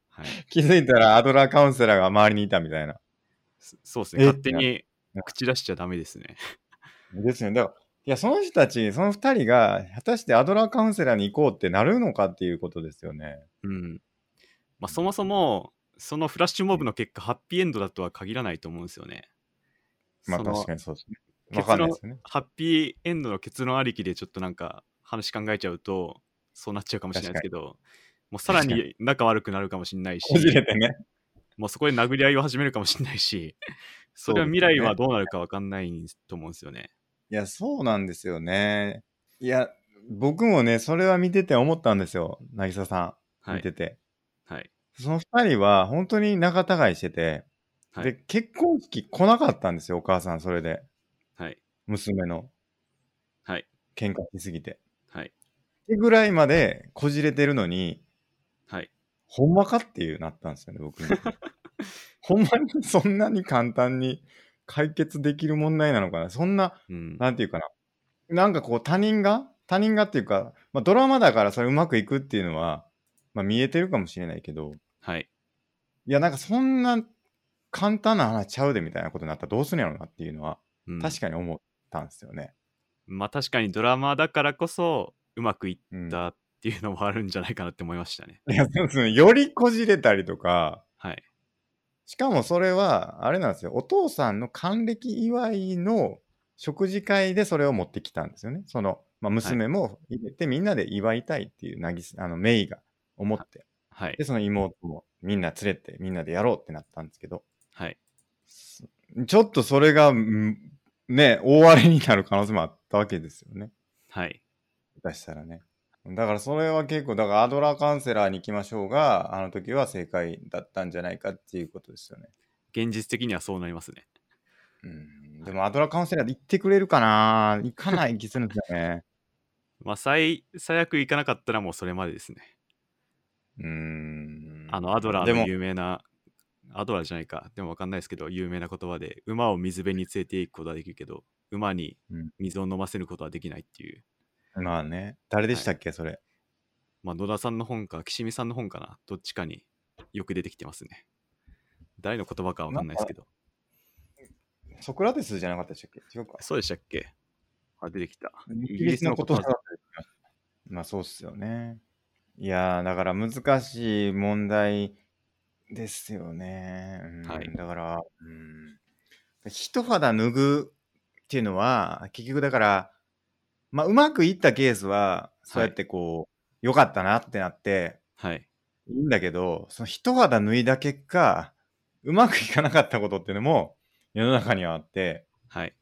S2: はい。
S1: 気づいたらアドラーカウンセラーが周りにいたみたいな。
S2: そそうですね。
S1: え
S2: 勝手に
S1: な
S2: 口出しちゃダメですね。
S1: ですよね。だからいや、その人たち、その二人が、果たしてアドラーカウンセラーに行こうってなるのかっていうことですよね。
S2: うん。まあ、そもそも、そのフラッシュモブの結果、ハッピーエンドだとは限らないと思うんですよね。
S1: まあ
S2: その
S1: 確かにそうですね。わ
S2: 結
S1: か
S2: 論
S1: んないですよね。
S2: ハッピーエンドの結論ありきでちょっとなんか話考えちゃうと、そうなっちゃうかもしれないですけど、もうさら
S1: 確
S2: に仲悪くなるかもしれないし、
S1: こじれてね。
S2: もうそこで殴り合いを始めるかもしれない
S1: *laughs*
S2: し、そ
S1: そうですよね
S2: れは未来はどうなるかわかんないと思うんですよね。
S1: いや、そうなんですよね。いや、僕もね、それは見てて思ったんですよ。渚さん、
S2: は
S1: 見
S2: い。
S1: てて。
S2: はい。
S1: その二人は本当に仲違いしてて、
S2: は
S1: で
S2: い。、
S1: 結婚式来なかったんですよ、お母さん、それで。
S2: はい。
S1: 娘の
S2: はい。
S1: 喧嘩しすぎて。
S2: はい。
S1: ってぐらいまでこじれてるのに、
S2: はい。
S1: ほんまかっていうなったんですよね、 *laughs* 僕に。ほんまにそんなに簡単に解決できる問題なのかな。そんな、
S2: うん。
S1: なんていうかな。なんかこう他人が、他人がっていうか、まあドラマだからそれうまくいくっていうのは、まあ見えてるかもしれないけど、
S2: はい。
S1: いや、なんかそんな簡単な話ちゃうでみたいなことになったらどうするんやろうなっていうのは、
S2: うん
S1: 確かに思ったんですよね。
S2: まあ確かにドラマだからこそうまくい
S1: うん。
S2: ったっていうのもあるんじゃないかなって思いましたね。
S1: いや、そうですね。よりこじれたりとか、
S2: はい。
S1: しかもそれは、あれなんですよ。お父さんの還暦祝いの食事会でそれを持ってきたんですよね。その、まあ、娘も入れてみんなで祝いたいっていう、なぎす、あの、メイが思って。
S2: はい
S1: で、。その妹もみんな連れて、みんなでやろうってなったんですけど、
S2: はい。
S1: すちょっとそれが、んね、大荒れになる可能性もあったわけですよね。
S2: はい。
S1: 出したらね。だからそれは結構、だからアドラーカウンセラーに行きましょうが、あの時は正解だったんじゃないかっていうことですよね。
S2: 現実的にはそうなりますね。
S1: うん。でもアドラーカウンセラーで行ってくれるかな行かない気するんですよね。
S2: まあ最最悪いかなかったらもうそれまでですね。
S1: うーん。
S2: あのアドラー
S1: で
S2: の
S1: も
S2: 有名な、アドラーじゃないか、でもわかんないですけど、有名な言葉で、馬を水辺に連れて行くことはできるけど、馬に
S1: うん
S2: 水を飲ませることはできないっていう、
S1: まあね。誰でしたっけ、それ。
S2: まあ野田さんの本か、岸見さんの本かな、どっちかによく出てきてますね。誰の言葉かわかんないですけど、
S1: ソクラテスじゃなかったでしたっけ違うか。
S2: そうでしたっけあ、出てきた。
S1: イギリスのことだったまあそうっすよね。いやー、だから難しい問題ですよね。うん
S2: はい
S1: だから、うん。一肌脱ぐっていうのは、結局だから、まあうまくいったケースは、そうやってこう、良かったなってなって、
S2: はい。
S1: いいんだけど、その一肌脱いだ結果、うまくいかなかったことっていうのも世の中にはあって、
S2: はい。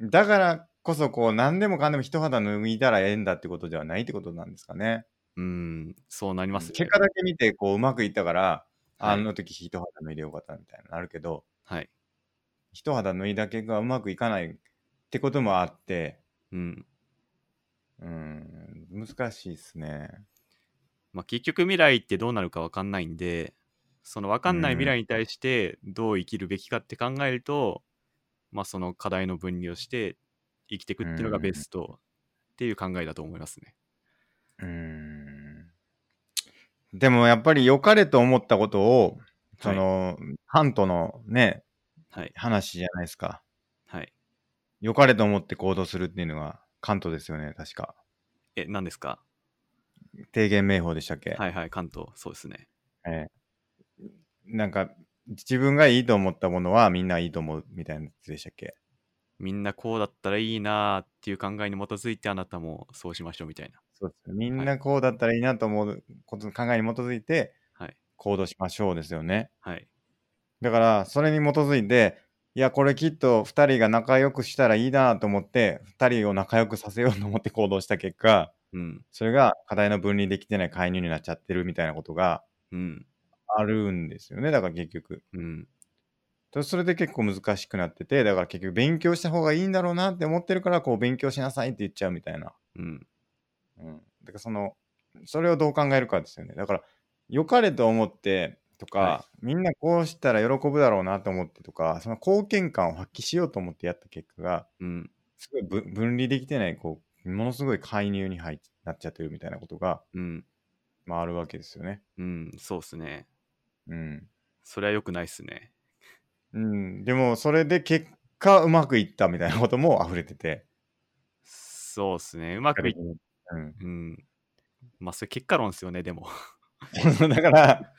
S1: だからこそこう何でもかんでも一肌脱いだらええんだってことではないってことなんですかね。
S2: うーん、そうなりますね。
S1: 結果だけ見てこううまくいったから、
S2: はい
S1: あの時一肌脱いでよかったみたいになるけど、
S2: はい。
S1: 一肌脱いだ結果うまくいかないってこともあって、
S2: うん。
S1: うん、難しいですね。
S2: まあ、結局未来ってどうなるか分かんないんで、その分かんない未来に対してどう生きるべきかって考えると、まあその課題の分離をして生きていくっていうのがベストっていう考えだと思いますね。
S1: うーんでもやっぱり良かれと思ったことを、その、ハントのね、
S2: はい。
S1: 話じゃないですか。
S2: はい。
S1: 良かれと思って行動するっていうのが関東ですよね、確か。
S2: え、何ですか
S1: 提言名法でしたっけ、
S2: はいはい、関東、そうですね。
S1: ええなんか、自分がいいと思ったものはみんないいと思うみたいなやつでしたっけ
S2: みんなこうだったらいいなーっていう考えに基づいてあなたもそうしましょうみたいな。
S1: そうですね。みんなこうだったらいいなと思うこと、考えに基づいて
S2: はい。
S1: 行動しましょうですよね。
S2: はい。
S1: だから、それに基づいて、いや、これきっと2人が仲良くしたらいいなと思って、2人を仲良くさせようと思って行動した結果、
S2: うん。
S1: それが課題の分離できてない介入になっちゃってるみたいなことが
S2: うん。
S1: あるんですよね。だから結局。
S2: うん。
S1: とそれで結構難しくなってて、だから結局勉強した方がいいんだろうなって思ってるから、こう勉強しなさいって言っちゃうみたいな。
S2: うん。
S1: うん。だからその、それをどう考えるかですよね。だから、良かれと思ってとか、
S2: は
S1: みんなこうしたら喜ぶだろうなと思ってとか、その貢献感を発揮しようと思ってやった結果が、
S2: うん。
S1: すごいぶ分離できてない、こう、ものすごい介入に入っなっちゃってるみたいなことが、
S2: うん。
S1: まああるわけですよね。
S2: うん。そうですね。
S1: うん。
S2: それは良くないっすね。
S1: うん。でも、それで結果うまくいったみたいなことも溢れてて。
S2: そうですね。うまくいっ
S1: うん。
S2: うん。まあ、それ結果論ですよね、でも。
S1: *laughs* だから、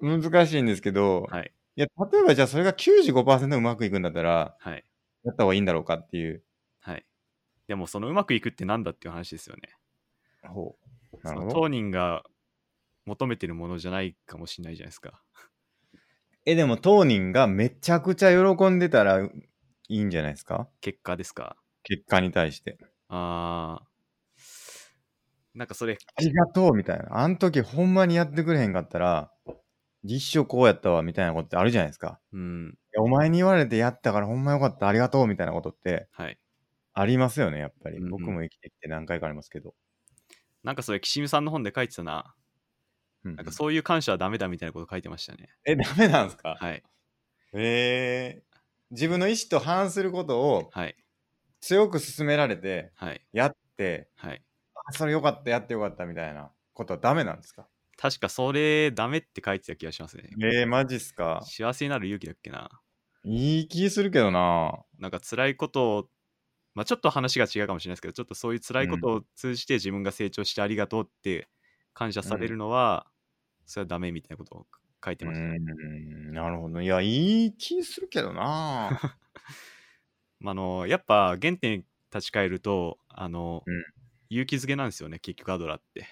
S1: 難しいんですけど、
S2: はい。
S1: いや、例えばじゃあそれが95%うまくいくんだったら、
S2: はい。
S1: やった方がいいんだろうかっていう。
S2: はい。でも、そのうまくいくってなんだっていう話ですよね。
S1: ほう。な
S2: そ
S1: る
S2: の
S1: ほど。
S2: 当人が求めてるものじゃないかもしれないじゃないですか。
S1: え、でも当人がめちゃくちゃ喜んでたらういいんじゃないですか
S2: 結果ですか。
S1: 結果に対して。
S2: あー。なんかそれ、
S1: ありがとうみたいな。あの時ほんまにやってくれへんかったら、一生こうやったわみたいなことってあるじゃないですか。
S2: うん。
S1: いやお前に言われてやったからほんまよかった、ありがとうみたいなことって
S2: はい。
S1: ありますよね、やっぱり。
S2: うんうん
S1: 僕も生きてきて何回かありますけど。
S2: なんかそれ、岸見さんの本で書いてたな。
S1: うんうん
S2: なんかそういう感謝はダメだみたいなこと書いてましたね。
S1: え、ダメなんですか
S2: はい。
S1: えー、自分の意思と反することを
S2: はい。
S1: 強く勧められて、
S2: はい。
S1: やって、
S2: はい。
S1: あ、それよかった、やってよかったみたいなことはダメなんですか
S2: 確かそれダメって書いてた気がしますね。
S1: えー、マジっすか。
S2: 幸せになる勇気だっけな。
S1: いい気するけどな
S2: なんか辛いことを、まあ、ちょっと話が違うかもしれないですけど、ちょっとそういう辛いことを通じて自分が成長してありがとうって感謝されるのは、それはダメみたいなことを書いて
S1: うー
S2: ましたね。
S1: ん、なるほど。いや、いい気するけどな *laughs*
S2: まあ、あのやっぱ原点に立ち返ると、あの、
S1: うん
S2: 勇気づけなんですよね、結局アドラーって。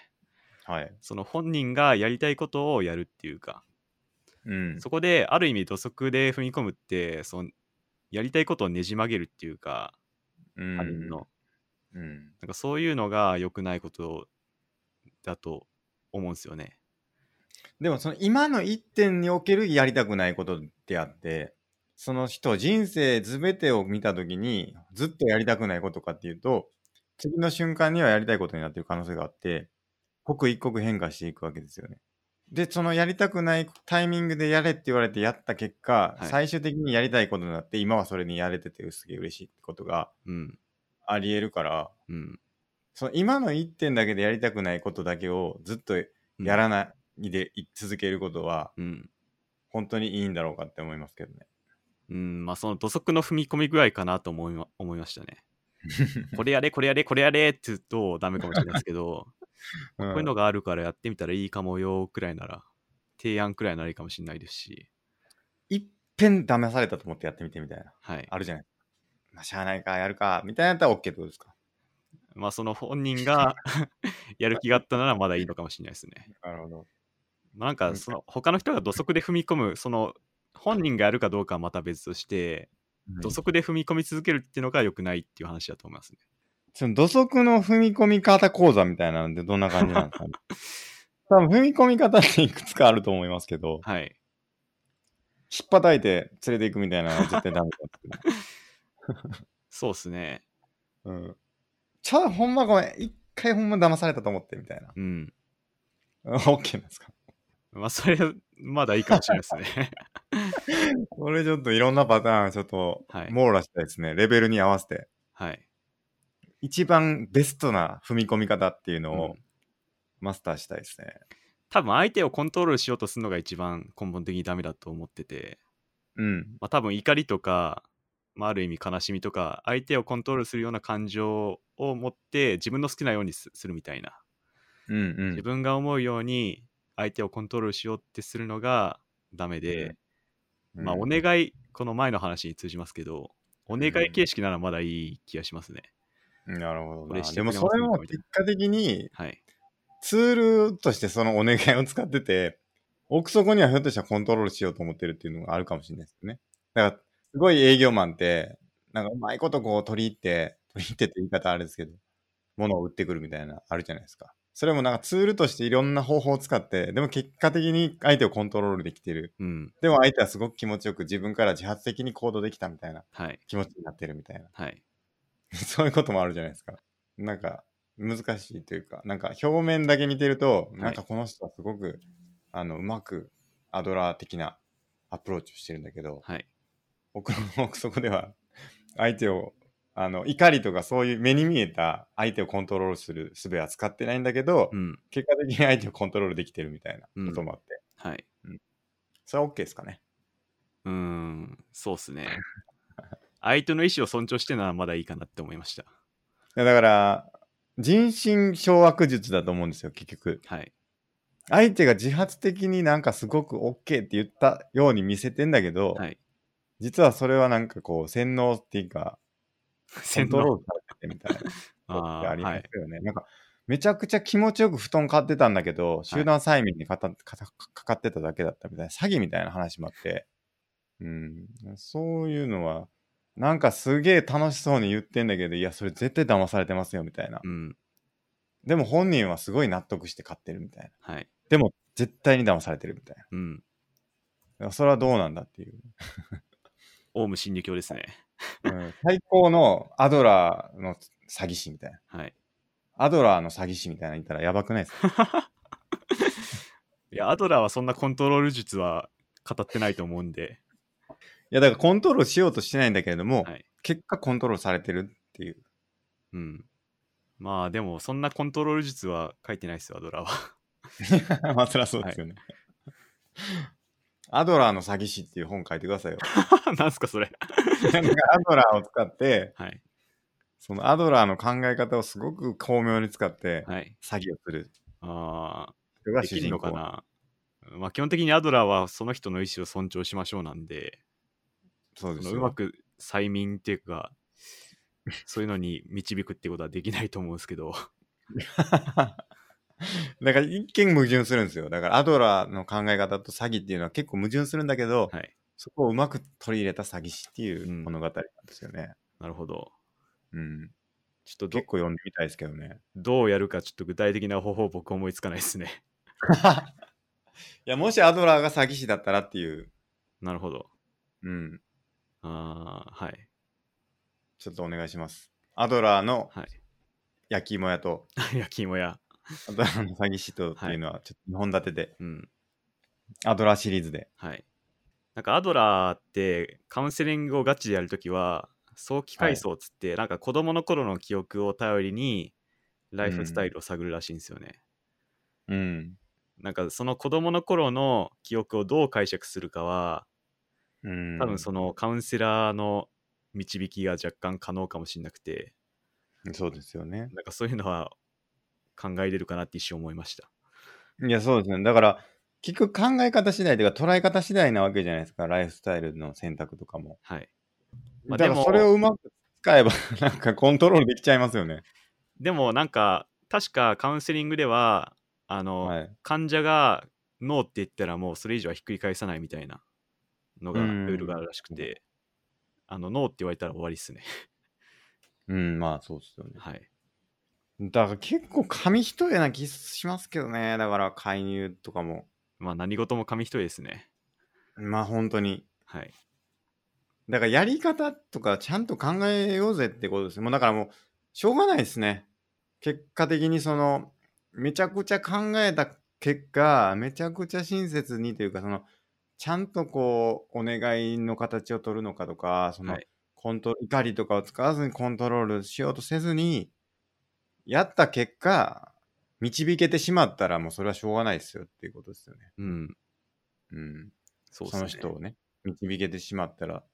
S1: はい。
S2: その本人がやりたいことをやるっていうか、
S1: うん。
S2: そこである意味土足で踏み込むって、そのやりたいことをねじ曲げるっていうか、
S1: うん
S2: 他人の。
S1: うん。
S2: なんかそういうのが良くないことだと思うんですよね。
S1: でも、その今の一点におけるやりたくないことってあって、その人、人生全てを見たときに、ずっとやりたくないことかっていうと、次の瞬間にはやりたいことになってる可能性があって、刻一刻変化していくわけですよね。で、そのやりたくないタイミングでやれって言われてやった結果、
S2: はい
S1: 最終的にやりたいことになって、今はそれにやれててすげえ嬉しいってことが
S2: うん。
S1: あり得るから、
S2: うん。
S1: その今の一点だけでやりたくないことだけをずっとやらないでい続けることは、
S2: うん。
S1: 本当にいいんだろうかって思いますけどね。
S2: うん。まあその土足の踏み込み具合かなと思いま思いました
S1: *laughs*
S2: ね。これやれ、これやれ、これやれって言うとダメかもしれないですけど、
S1: うん
S2: こういうのがあるからやってみたらいいかもよくらいなら、提案くらいならいいかもしれないですし、
S1: いっぺん騙されたと思ってやってみてみたいな。
S2: はい。
S1: あるじゃない。まあ、しゃあないか、やるか、みたいなやったら OK ってことですか。
S2: まあその本人が *laughs* やる気があったならまだいいのかもしれないですね。
S1: なるほど。
S2: まあ、なんかその他の人が土足で踏み込むその本人がやるかどうかはまた別として土足で踏み込み続けるっていうのが良くないっていう話だと思いますね。
S1: その土足の踏み込み方講座みたいなのってどんな感じなんです
S2: *laughs*
S1: かね多分踏み込み方っていくつかあると思いますけど、
S2: はい。
S1: 引っ叩いて連れていくみたいなのは絶対ダメだって。
S2: そうですね。
S1: うん。ちょ、ほんまごめん。一回ほんま騙されたと思ってみたいな。 *laughs*
S2: うん。
S1: うん OK なんですか
S2: まあそれまだいいかもしれないですね。
S1: *laughs* これちょっといろんなパターンちょっと
S2: はい
S1: 網羅したいですね、レベルに合わせて
S2: はい。
S1: 一番ベストな踏み込み方っていうの
S2: う
S1: を
S2: ん
S1: マスターしたいですね
S2: 多分相手をコントロールしようとするのが一番根本的にダメだと思ってて、
S1: うん、
S2: まあ、多分怒りとか、まあ、ある意味悲しみとか相手をコントロールするような感情を持って自分の好きなようにすするみたいな
S1: うんう
S2: 自
S1: ん
S2: 分が思うように相手をコントロールしようってするのがダメで、
S1: うん
S2: まあお願いこの前の話に通じますけどお願い形式ならまだいい気がしますね、
S1: なるほど
S2: こ
S1: な
S2: れし
S1: で
S2: てくれ
S1: も
S2: ます
S1: それも結果的に
S2: はい
S1: ツールとしてそのお願いを使ってて奥底にはひょっとしたらコントロールしようと思ってるっていうのがあるかもしれないですねだからすごい営業マンってなんかうまいことこう取り入って取り入ってって言い方あれですけど物を売ってくるみたいなあるじゃないですかそれもなんかツールとしていろんな方法を使ってでも結果的に相手をコントロールできてる
S2: うん
S1: でも相手はすごく気持ちよく自分から自発的に行動できたみたいな
S2: はい
S1: 気持ちになってるみたいな *laughs*
S2: はい
S1: そういうこともあるじゃないですかなんか難しいというかなんか表面だけ見てると、
S2: い
S1: なんかこの人はすごくあのうまくアドラー的なアプローチをしてるんだけど、
S2: はい
S1: 奥の奥底では相手をあの怒りとかそういう目に見えた相手をコントロールする術は使ってないんだけど、
S2: うん
S1: 結果的に相手をコントロールできてるみたいなこともあって、
S2: はい
S1: それは OK ですかね
S2: うーんそうっすね相手の意思を尊重してならまだいいかなって思いました
S1: いやだから人心掌握術だと思うんですよ結局
S2: はい
S1: 相手が自発的になんかすごく OK って言ったように見せてんだけど、
S2: はい *laughs*
S1: 実はそれはなんかこう洗脳っていうかコントロールされててみたいなことって
S2: *laughs* あ
S1: あ
S2: あ
S1: り
S2: ー
S1: ま
S2: は
S1: す
S2: い
S1: よね。なんか、めちゃくちゃ気持ちよく布団買ってたんだけど、集団催眠にかたかたかかってただけだったみたいな、詐欺みたいな話もあって、うん、そういうのは、なんかすげえ楽しそうに言ってんだけど、いや、それ絶対騙されてますよみたいな。
S2: うん
S1: でも本人はすごい納得して買ってるみたいな。
S2: はい
S1: でも、絶対に騙されてるみたいな。
S2: うん
S1: だからそれはどうなんだっていう。
S2: オウム真理教ですね
S1: うん、最高のアドラーの詐欺師みたいな。
S2: はい
S1: アドラーの詐欺師みたいなのいたらやばくないですか
S2: いやアドラーはそんなコントロール術は語ってないと思うんで
S1: いや、だからコントロールしようとしてないんだけれども、
S2: はい
S1: 結果コントロールされてるっていう。 *laughs*
S2: うん。まあでも、そんなコントロール術は書いてないですよ、アドラーは。 *laughs*
S1: まあ、そりゃそうですよね。アドラーの詐欺師っていう本書いてくださいよ。
S2: なんすか、それ。
S1: なんかアドラーを使って、
S2: はい。
S1: そのアドラーの考え方をすごく巧妙に使って、
S2: はい。
S1: 詐欺をする
S2: あ
S1: 人
S2: あ、
S1: が主
S2: できる
S1: 人
S2: の
S1: 公
S2: か。な。まあ基本的にアドラーはその人の意思を尊重しましょうなんで、
S1: そうで
S2: そ
S1: す
S2: の
S1: よ
S2: うまく催眠っていうか、そういうのに導くってことはできないと思うんですけど、
S1: *laughs* だから一見矛盾するんですよ。だからアドラーの考え方と詐欺っていうのは結構矛盾するんだけど、
S2: はい。
S1: そこをうまく取り入れた詐欺師っていう
S2: うん
S1: 物語なんですよね。
S2: なるほど。
S1: うん。
S2: ちょっとど
S1: 結構読んでみたいですけどね。
S2: どうやるかちょっと具体的な方法僕思いつかないですね。 *laughs*
S1: いや、もしアドラーが詐欺師だったらっていう、
S2: なるほど。
S1: うん、
S2: ああ、はい。 *laughs*
S1: ちょっとお願いします。アドラーの
S2: はい。
S1: 焼き芋屋
S2: *laughs*
S1: と、
S2: 焼き芋屋。
S1: アドラーの詐欺師とっていうのは、ちょっと2本立てで、
S2: うん。
S1: アドラーシリーズで。
S2: はい。なんかアドラーってカウンセリングをガチでやるときは早期回想っつって、なんか子供の頃の記憶を頼りにライフスタイルを探るらしいんですよね。
S1: うん。
S2: なんかその子供の頃の記憶をどう解釈するかは
S1: うん、
S2: 多分そのカウンセラーの導きが若干可能かもしれなくて
S1: そうですよね。
S2: なんかそういうのは考えれるかなって一瞬思いました。
S1: いや、そうですね。だから、結局考え方次第というか、捉え方次第なわけじゃないですか、ライフスタイルの選択とかも。
S2: はい。ま
S1: だか
S2: あで
S1: ら、*laughs*
S2: も
S1: それをうまく使えば、なんかコントロールできちゃいますよね。
S2: でもなんか確かカウンセリングでは、あの、
S1: はい。
S2: 患者がノーって言ったらもうそれ以上はひっくり返さないみたいなのが
S1: うん
S2: ルールがあるらしくて、あの、ノーって言われたら終わりっすね。 *laughs*
S1: うん、まあそうですよね。
S2: はい。
S1: だから結構紙一重な気しますけどね。だから介入とかも。
S2: まあ何事も紙一重ですね。
S1: まあ本当に。
S2: はい。
S1: だからやり方とかちゃんと考えようぜってことですね。もうだからもう、しょうがないですね。結果的にその、めちゃくちゃ考えた結果、めちゃくちゃ親切にというか、その、ちゃんとこう、お願いの形を取るのかとか、その、
S2: はい
S1: コント怒りとかを使わずにコントロールしようとせずに、やった結果、導けてしまったらもうそれはしょうがないですよっていうことですよね。
S2: うん。
S1: うん。
S2: そうっす
S1: そ
S2: ね。
S1: の人をね、導けてしまったら、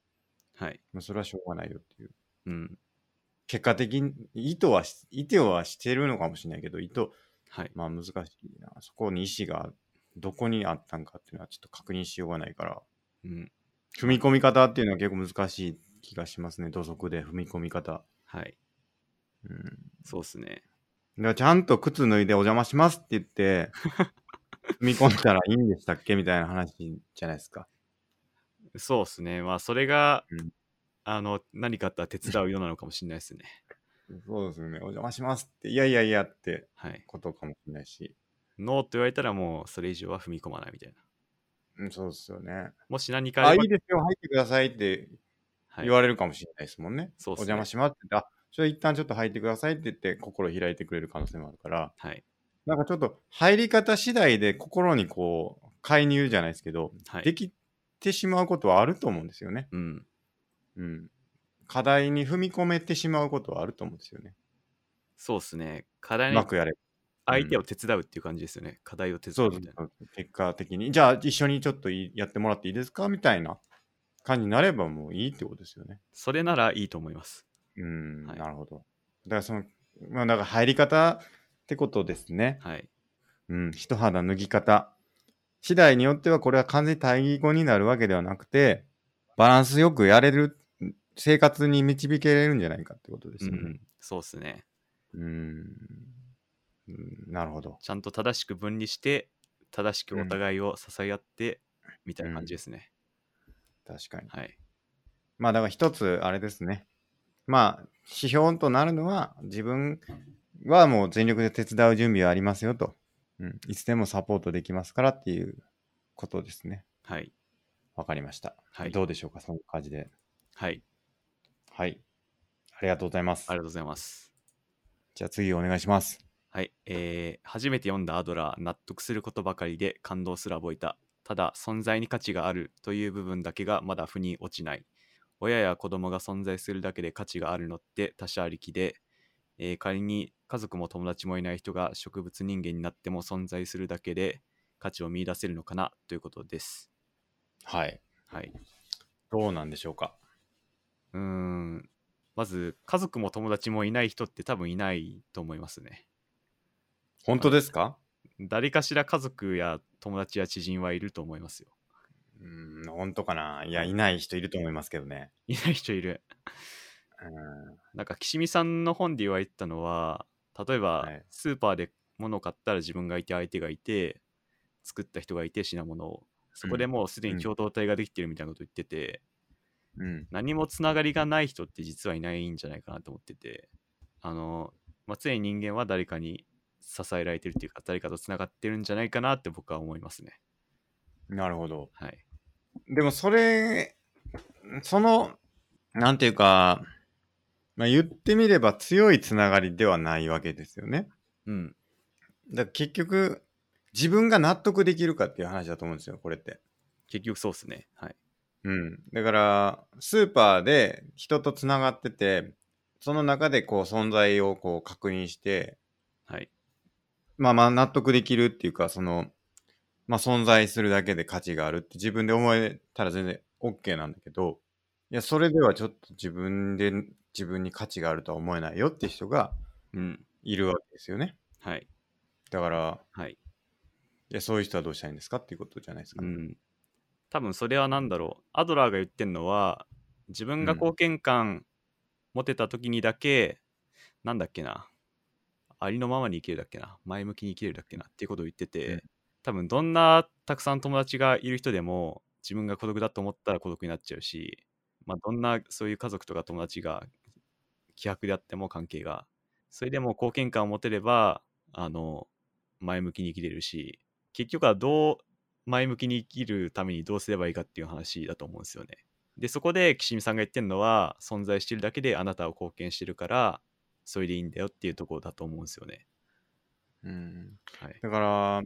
S2: はい。
S1: もうそれはしょうがないよっていう。
S2: うん。
S1: 結果的に意図はし意図はしてるのかもしれないけど意図
S2: はい。
S1: まあ難しいなそこに意思がどこにあったんかっていうのはちょっと確認しようがないから
S2: うん。
S1: 踏み込み方っていうのは結構難しい気がしますね土足で踏み込み方
S2: はい。
S1: うんだか
S2: そうっすね。
S1: らちゃんと靴脱いでお邪魔しますって言って踏み込んだらいいんでしたっけみたいな話じゃないですか
S2: そうっすね。まあそれが、
S1: うん
S2: あの、何かあったら手伝うようなのかもしれないですね。 *laughs*
S1: そうですよねお邪魔しますっていやいやいやって
S2: はい。
S1: ことかもしれないし、
S2: ノーって言われたらもうそれ以上は踏み込まないみたいな。
S1: うん、そうですよね
S2: もし何か
S1: あ
S2: あ
S1: い
S2: れば
S1: いですよ入ってくださいって
S2: はい
S1: 言われるかもしれないですもんね。
S2: そう
S1: お
S2: っすね
S1: 邪魔しますって言って、あ、ちょっと一旦ちょっと入ってくださいって言って心開いてくれる可能性もあるから、
S2: はい。
S1: なんかちょっと入り方次第で心にこう介入じゃないですけど、
S2: はい。
S1: できてしまうことはあると思うんですよね。
S2: うん。
S1: うん。課題に踏み込めてしまうことはあると思うんですよね。
S2: そうっすね。課題
S1: う
S2: に
S1: まくやれば。
S2: 相手を手伝うっていう感じですよね。課題を手
S1: そ
S2: 伝う
S1: う
S2: み
S1: そ
S2: たいうな。
S1: そう。結果的に、じゃあ一緒にちょっといやってもらっていいですかみたいな感じになればもういいってことですよね。
S2: それならいいと思います。
S1: うん、
S2: はい
S1: なるほど。だからその、まあ、だから入り方ってことですね。
S2: はい。
S1: うん、一肌脱ぎ方。次第によってはこれは完全に対義語になるわけではなくて、バランスよくやれる生活に導けれるんじゃないかってことですよ
S2: う
S1: ね
S2: ん。そうっすね。
S1: うん。うんなるほど。
S2: ちゃんと正しく分離して、正しくお互いを支え合って、みたいな感じですね。
S1: 確かに。
S2: はい。
S1: まあだから一つあれですね。まあ指標となるのは自分はもう全力で手伝う準備はありますよと。うん、いつでもサポートできますからっていうことですね。
S2: はい。
S1: わかりました。
S2: はい
S1: どうでしょうか、その感じで。
S2: はい。
S1: はい。ありがとうございます
S2: あ。りがとうございます。
S1: じゃあ次お願いします。
S2: はい。えー、初めて読んだアドラー、納得することばかりで感動すら覚えた。ただ、存在に価値があるという部分だけがまだ腑に落ちない。親や子供が存在するだけで価値があるのって他者ありきで、えー仮に家族も友達もいない人が植物人間になっても存在するだけで価値を見出せるのかなということです。
S1: はい。
S2: はい。
S1: どうなんでしょうか。
S2: うーん。まず、家族も友達もいない人って多分いないと思いますね。
S1: 本当ですか
S2: 誰かしら家族や友達や知人はいると思いますよ。
S1: うーん、本当かな。いや、いない人いると思いますけどね。
S2: いない人いる。なんか岸見さんの本で言われてたのは例えば
S1: はい
S2: スーパーで物を買ったら自分がいて相手がいて作った人がいて品物をそこでもうすでに共同体ができてるみたいなこと言ってて、
S1: うん。うん。
S2: 何もつながりがない人って実はいないんじゃないかなと思っててあの、まあ、常に人間は誰かに支えられてるっていうか誰かとつながってるんじゃないかなって僕は思いますね
S1: なるほど。
S2: はい
S1: でもそれ、その、なんていうか、まあ、言ってみれば強いつながりではないわけですよね。
S2: うん
S1: だから結局、自分が納得できるかっていう話だと思うんですよ、これって。
S2: 結局そうっすねはい
S1: うん。だから、スーパーで人とつながってて、その中でこう存在をこう確認して、
S2: はい
S1: まあまあ納得できるっていうか、その、まあ存在するだけで価値があるって自分で思えたら全然 OK なんだけど、いや、それではちょっと自分で、自分に価値があるとは思えないよって人が
S2: うん
S1: いるわけですよね。
S2: はい
S1: だから、
S2: はい
S1: いや、そういう人はどうしたらいいんですかっていうことじゃないですか
S2: う
S1: ね。
S2: ん、多分それは何だろうアドラーが言ってんのは自分が
S1: うん
S2: 貢献感持てた時にだけ、なんだっけなありのままに生きれるだっけな前向きに生きれるだっけなっていうことを言ってて、
S1: うん
S2: 多分どんなたくさん友達がいる人でも自分が孤独だと思ったら孤独になっちゃうし、まあ、どんなそういう家族とか友達が希薄であっても関係がそれでも貢献感を持てればあの前向きに生きれるし結局はどう前向きに生きるためにどうすればいいかっていう話だと思うんですよね。でそこで岸見さんが言ってるのは存在してるだけであなたを貢献してるからそれでいいんだよっていうところだと思うんですよね。
S1: うん、
S2: はい、
S1: だから、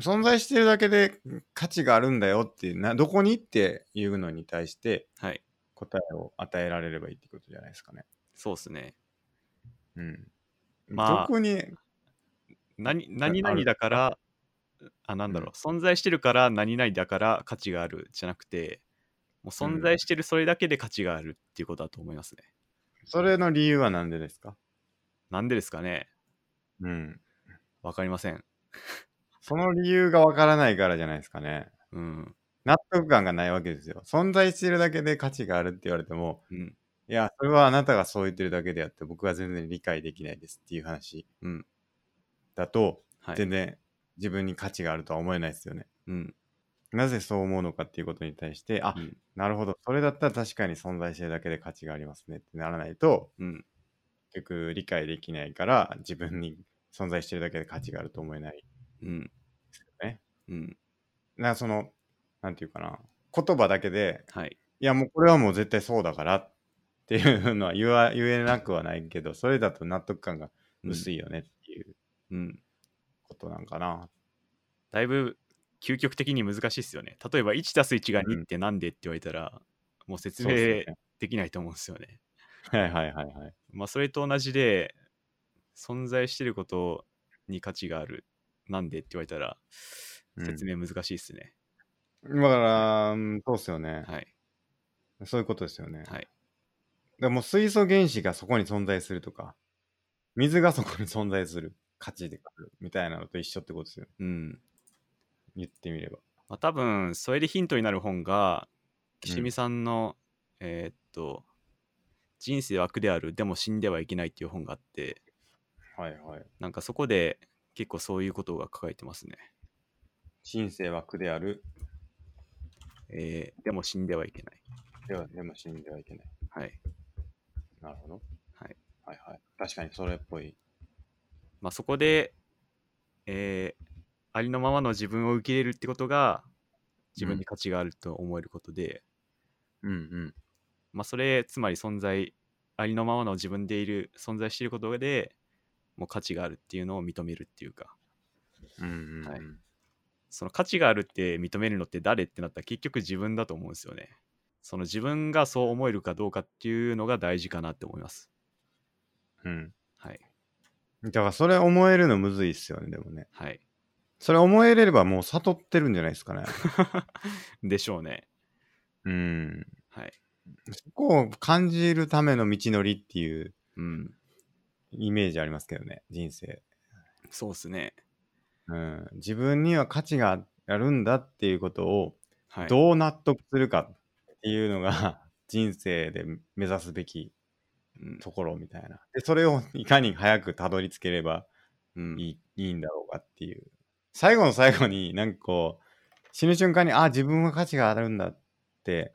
S1: 存在してるだけで価値があるんだよっていうな、どこにっていうのに対して
S2: はい、
S1: 答えを与えられればいいってことじゃないですかね。
S2: そうですね。
S1: うん。
S2: まあ
S1: 特に、
S2: *laughs* 何何々だからあなんだろう、存在してるから何々だから価値があるじゃなくてもう存在してるそれだけで価値があるっていうことだと思いますね。
S1: それの理由は何でですか
S2: なんでですかね
S1: うん。
S2: わかりません。
S1: その理由がわからないからじゃないですかね。
S2: うん。
S1: 納得感がないわけですよ。存在してるだけで価値があるって言われても、
S2: うん。
S1: いや、それはあなたがそう言ってるだけであって、僕は全然理解できないですっていう話
S2: うん。
S1: だと、
S2: はい。
S1: 全然自分に価値があるとは思えないですよね。
S2: うん。
S1: なぜそう思うのかっていうことに対して、あ
S2: う、ん。
S1: なるほど、それだったら確かに存在してるだけで価値がありますねってならないと、
S2: うん。
S1: 結局理解できないから、自分に存在してるだけで価値があると思えない。
S2: うん。
S1: ね
S2: うん。
S1: な、その、なんていうかな、言葉だけで、
S2: はい。
S1: いや、もうこれはもう絶対そうだからっていうのは言わ言えなくはないけど、それだと納得感が
S2: うん
S1: 薄いよねっていう
S2: うん。
S1: ことなんかな。
S2: だいぶ究極的に難しいですよね。例えば1たす1が
S1: うん
S2: 2ってなんでって言われたら、もう説
S1: そうで
S2: 明
S1: すよね。
S2: できないと思うんですよね。
S1: はいはいはいはい。
S2: まあそれと同じで存在してることに価値があるなんでって言われたら
S1: うん
S2: 説明難しいですね。
S1: だから、うんそうっすよね。
S2: はい
S1: そういうことですよね。
S2: はい
S1: でもう水素原子がそこに存在するとか、水がそこに存在する価値であるみたいなのと一緒ってことですよね。
S2: うん。
S1: 言ってみれば。
S2: まあ多分それでヒントになる本が岸見さんの、えーっと人生は悪であるでも死んではいけないっていう本があって
S1: はいはい。
S2: なんかそこで結構そういうことが書かれてますね。
S1: 人生は苦である。
S2: えーでも死んではいけない。
S1: では、でも死んではいけない。
S2: はい。
S1: なるほど。
S2: はい。
S1: はいはい。確かにそれっぽい。
S2: まあ、そこで、えーありのままの自分を受け入れるってことが自分に価値があると思えることで、
S1: うんうん。
S2: まあ、それつまり存在ありのままの自分でいる存在していることでもう価値があるっていうのを認めるっていうか
S1: うんうん、
S2: はいその価値があるって認めるのって誰ってなったら結局自分だと思うんですよねその自分がそう思えるかどうかっていうのが大事かなって思います
S1: うん。
S2: はい
S1: だからそれ思えるのむずいっすよね、でもね。
S2: はい *laughs*
S1: それ思えれればもう悟ってるんじゃないですか *laughs* ね。
S2: でしょうね
S1: うん。
S2: はい
S1: そこを感じるための道のりっていう
S2: うん
S1: イメージありますけどね、人生。
S2: そうっすね
S1: うん、自分には価値があるんだっていうことを
S2: はい
S1: どう納得するかっていうのが *laughs* 人生で目指すべき
S2: うん
S1: ところみたいな。で、それをいかに早くたどり着ければ
S2: うん
S1: いい,、ん、いいんだろうかっていう。最後の最後になんかこう死ぬ瞬間にあ自分は価値があるんだって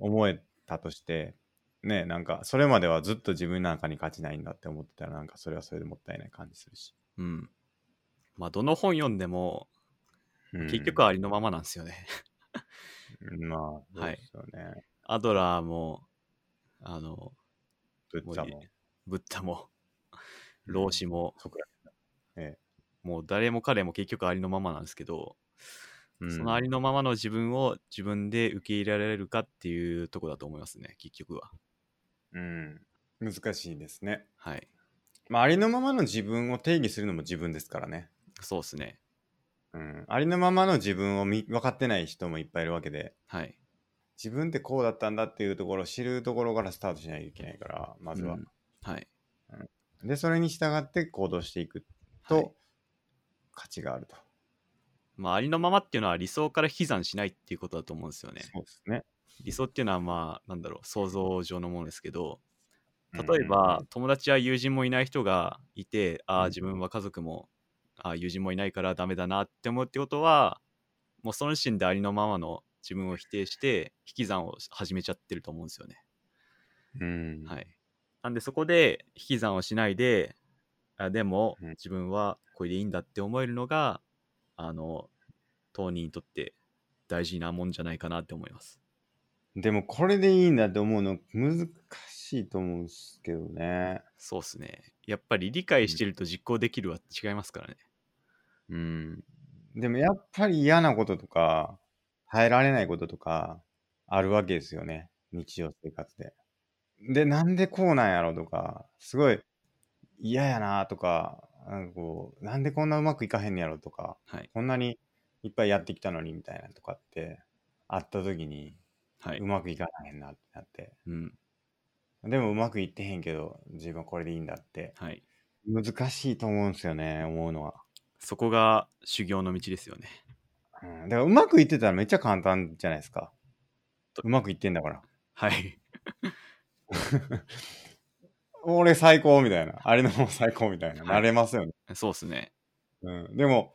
S1: 思えたとしてねなんかそれまではずっと自分なんかに価値ないんだって思ってたらなんかそれはそれでもったいない感じするし。
S2: うん。まあ、どの本読んでも、
S1: うん
S2: 結局はありのままなんですよね。 *laughs*
S1: まあ、そうですよね。
S2: アドラーも、あの、
S1: ブッダ
S2: も
S1: も
S2: うい。ブッダも、老子も、
S1: ソクラ
S2: もう誰も彼も結局ありのままなんですけど、
S1: テス
S2: そのありのままの自分を自分で受け入れられるかっていうとこだと思いますね、結局は。
S1: うん。うん。難しいですね。
S2: はい。
S1: まあ、ありのままの自分を定義するのも自分ですからね。
S2: そうですね。
S1: うん。ありのままの自分を見分かってない人もいっぱいいるわけで、
S2: はい。
S1: 自分ってこうだったんだっていうところを知るところからスタートしないといけないから、まずは。
S2: うんはい。
S1: で、それに従って行動していくと、
S2: はい
S1: 価値があると。
S2: まあ、ありのままっていうのは理想から引き算しないっていうことだと思うんですよね。
S1: そうですね。
S2: 理想っていうのはまあなんだろう想像上のものですけど例えば、友達や友人もいない人がいて、
S1: う
S2: あ
S1: ん
S2: あ、自分は家族も、ああ、友人もいないからダメだなって思うってことは、もうその時点でありのままの自分を否定して、引き算を始めちゃってると思うんですよね。
S1: うん。。
S2: はいい。なんでそこで引き算をしないで、あでも
S1: うん
S2: 自分はこれでいいんだって思えるのが、あの、当人にとって大事なもんじゃないかなって思います。
S1: でも、これでいいんだって思うの難しいと思うんですけどね。
S2: そうっすね。やっぱり理解してると実行できるは違いますからね。
S1: うん。でも、やっぱり嫌なこととか、耐えられないこととか、あるわけですよね。日常生活で。で、なんでこうなんやろとか、すごい嫌やなとか、なんかこう、なんでこんなうまくいかへんねやろとか、
S2: はい。
S1: こんなにいっぱいやってきたのにみたいなとかって、あった時に、。
S2: はいう
S1: まくいかへんなってなって。
S2: うん。
S1: でもうまくいってへんけど、自分はこれでいいんだって。
S2: はい。
S1: 難しいと思うんですよね、思うのは。
S2: そこが修行の道ですよね。
S1: うん、だからうまくいってたらめっちゃ簡単じゃないですか。
S2: と
S1: うまくいってんだから。
S2: はい。 *laughs*
S1: 俺最高みたいな。あれのも最高みたいな。
S2: は
S1: ないれますよね。
S2: そうっすね。
S1: うん、でも、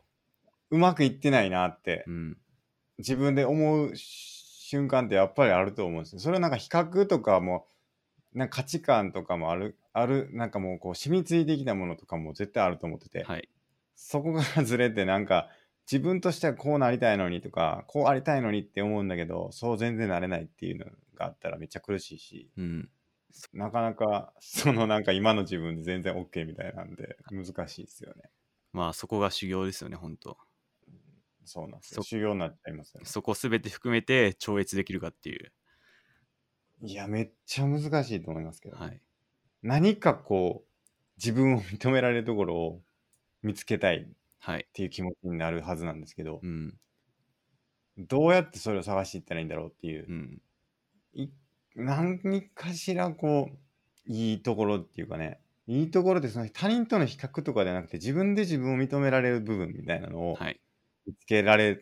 S1: うまくいってないなって
S2: う、ん。
S1: 自分で思う瞬間ってやっぱりあると思うんですよ。それはなんか比較とかも、なんか価値観とかもある、ある、なんかもうこう染みついてきたものとかも絶対あると思ってて。
S2: はい。
S1: そこからずれてなんか自分としてはこうなりたいのにとかこうありたいのにって思うんだけどそう全然なれないっていうのがあったらめっちゃ苦しいし
S2: うん。
S1: なかなか *laughs* そのなんか今の自分で全然 OK みたいなんで難しいですよね
S2: まあそこが修行ですよね、本当
S1: そうなんですよ
S2: そ
S1: 修行になっちゃいますよね
S2: そこすべて含めて超越できるかっていう。
S1: いやめっちゃ難しいと思いますけど、
S2: はい。
S1: 何かこう自分を認められるところを見つけたいっ
S2: はい。
S1: ていう気持ちになるはずなんですけど
S2: うん。
S1: どうやってそれを探していったらいいんだろうっていう
S2: うん。
S1: い何かしらこういいところっていうかねいいところってその他人との比較とかじゃなくて自分で自分を認められる部分みたいなのを
S2: はい。
S1: 見つけられ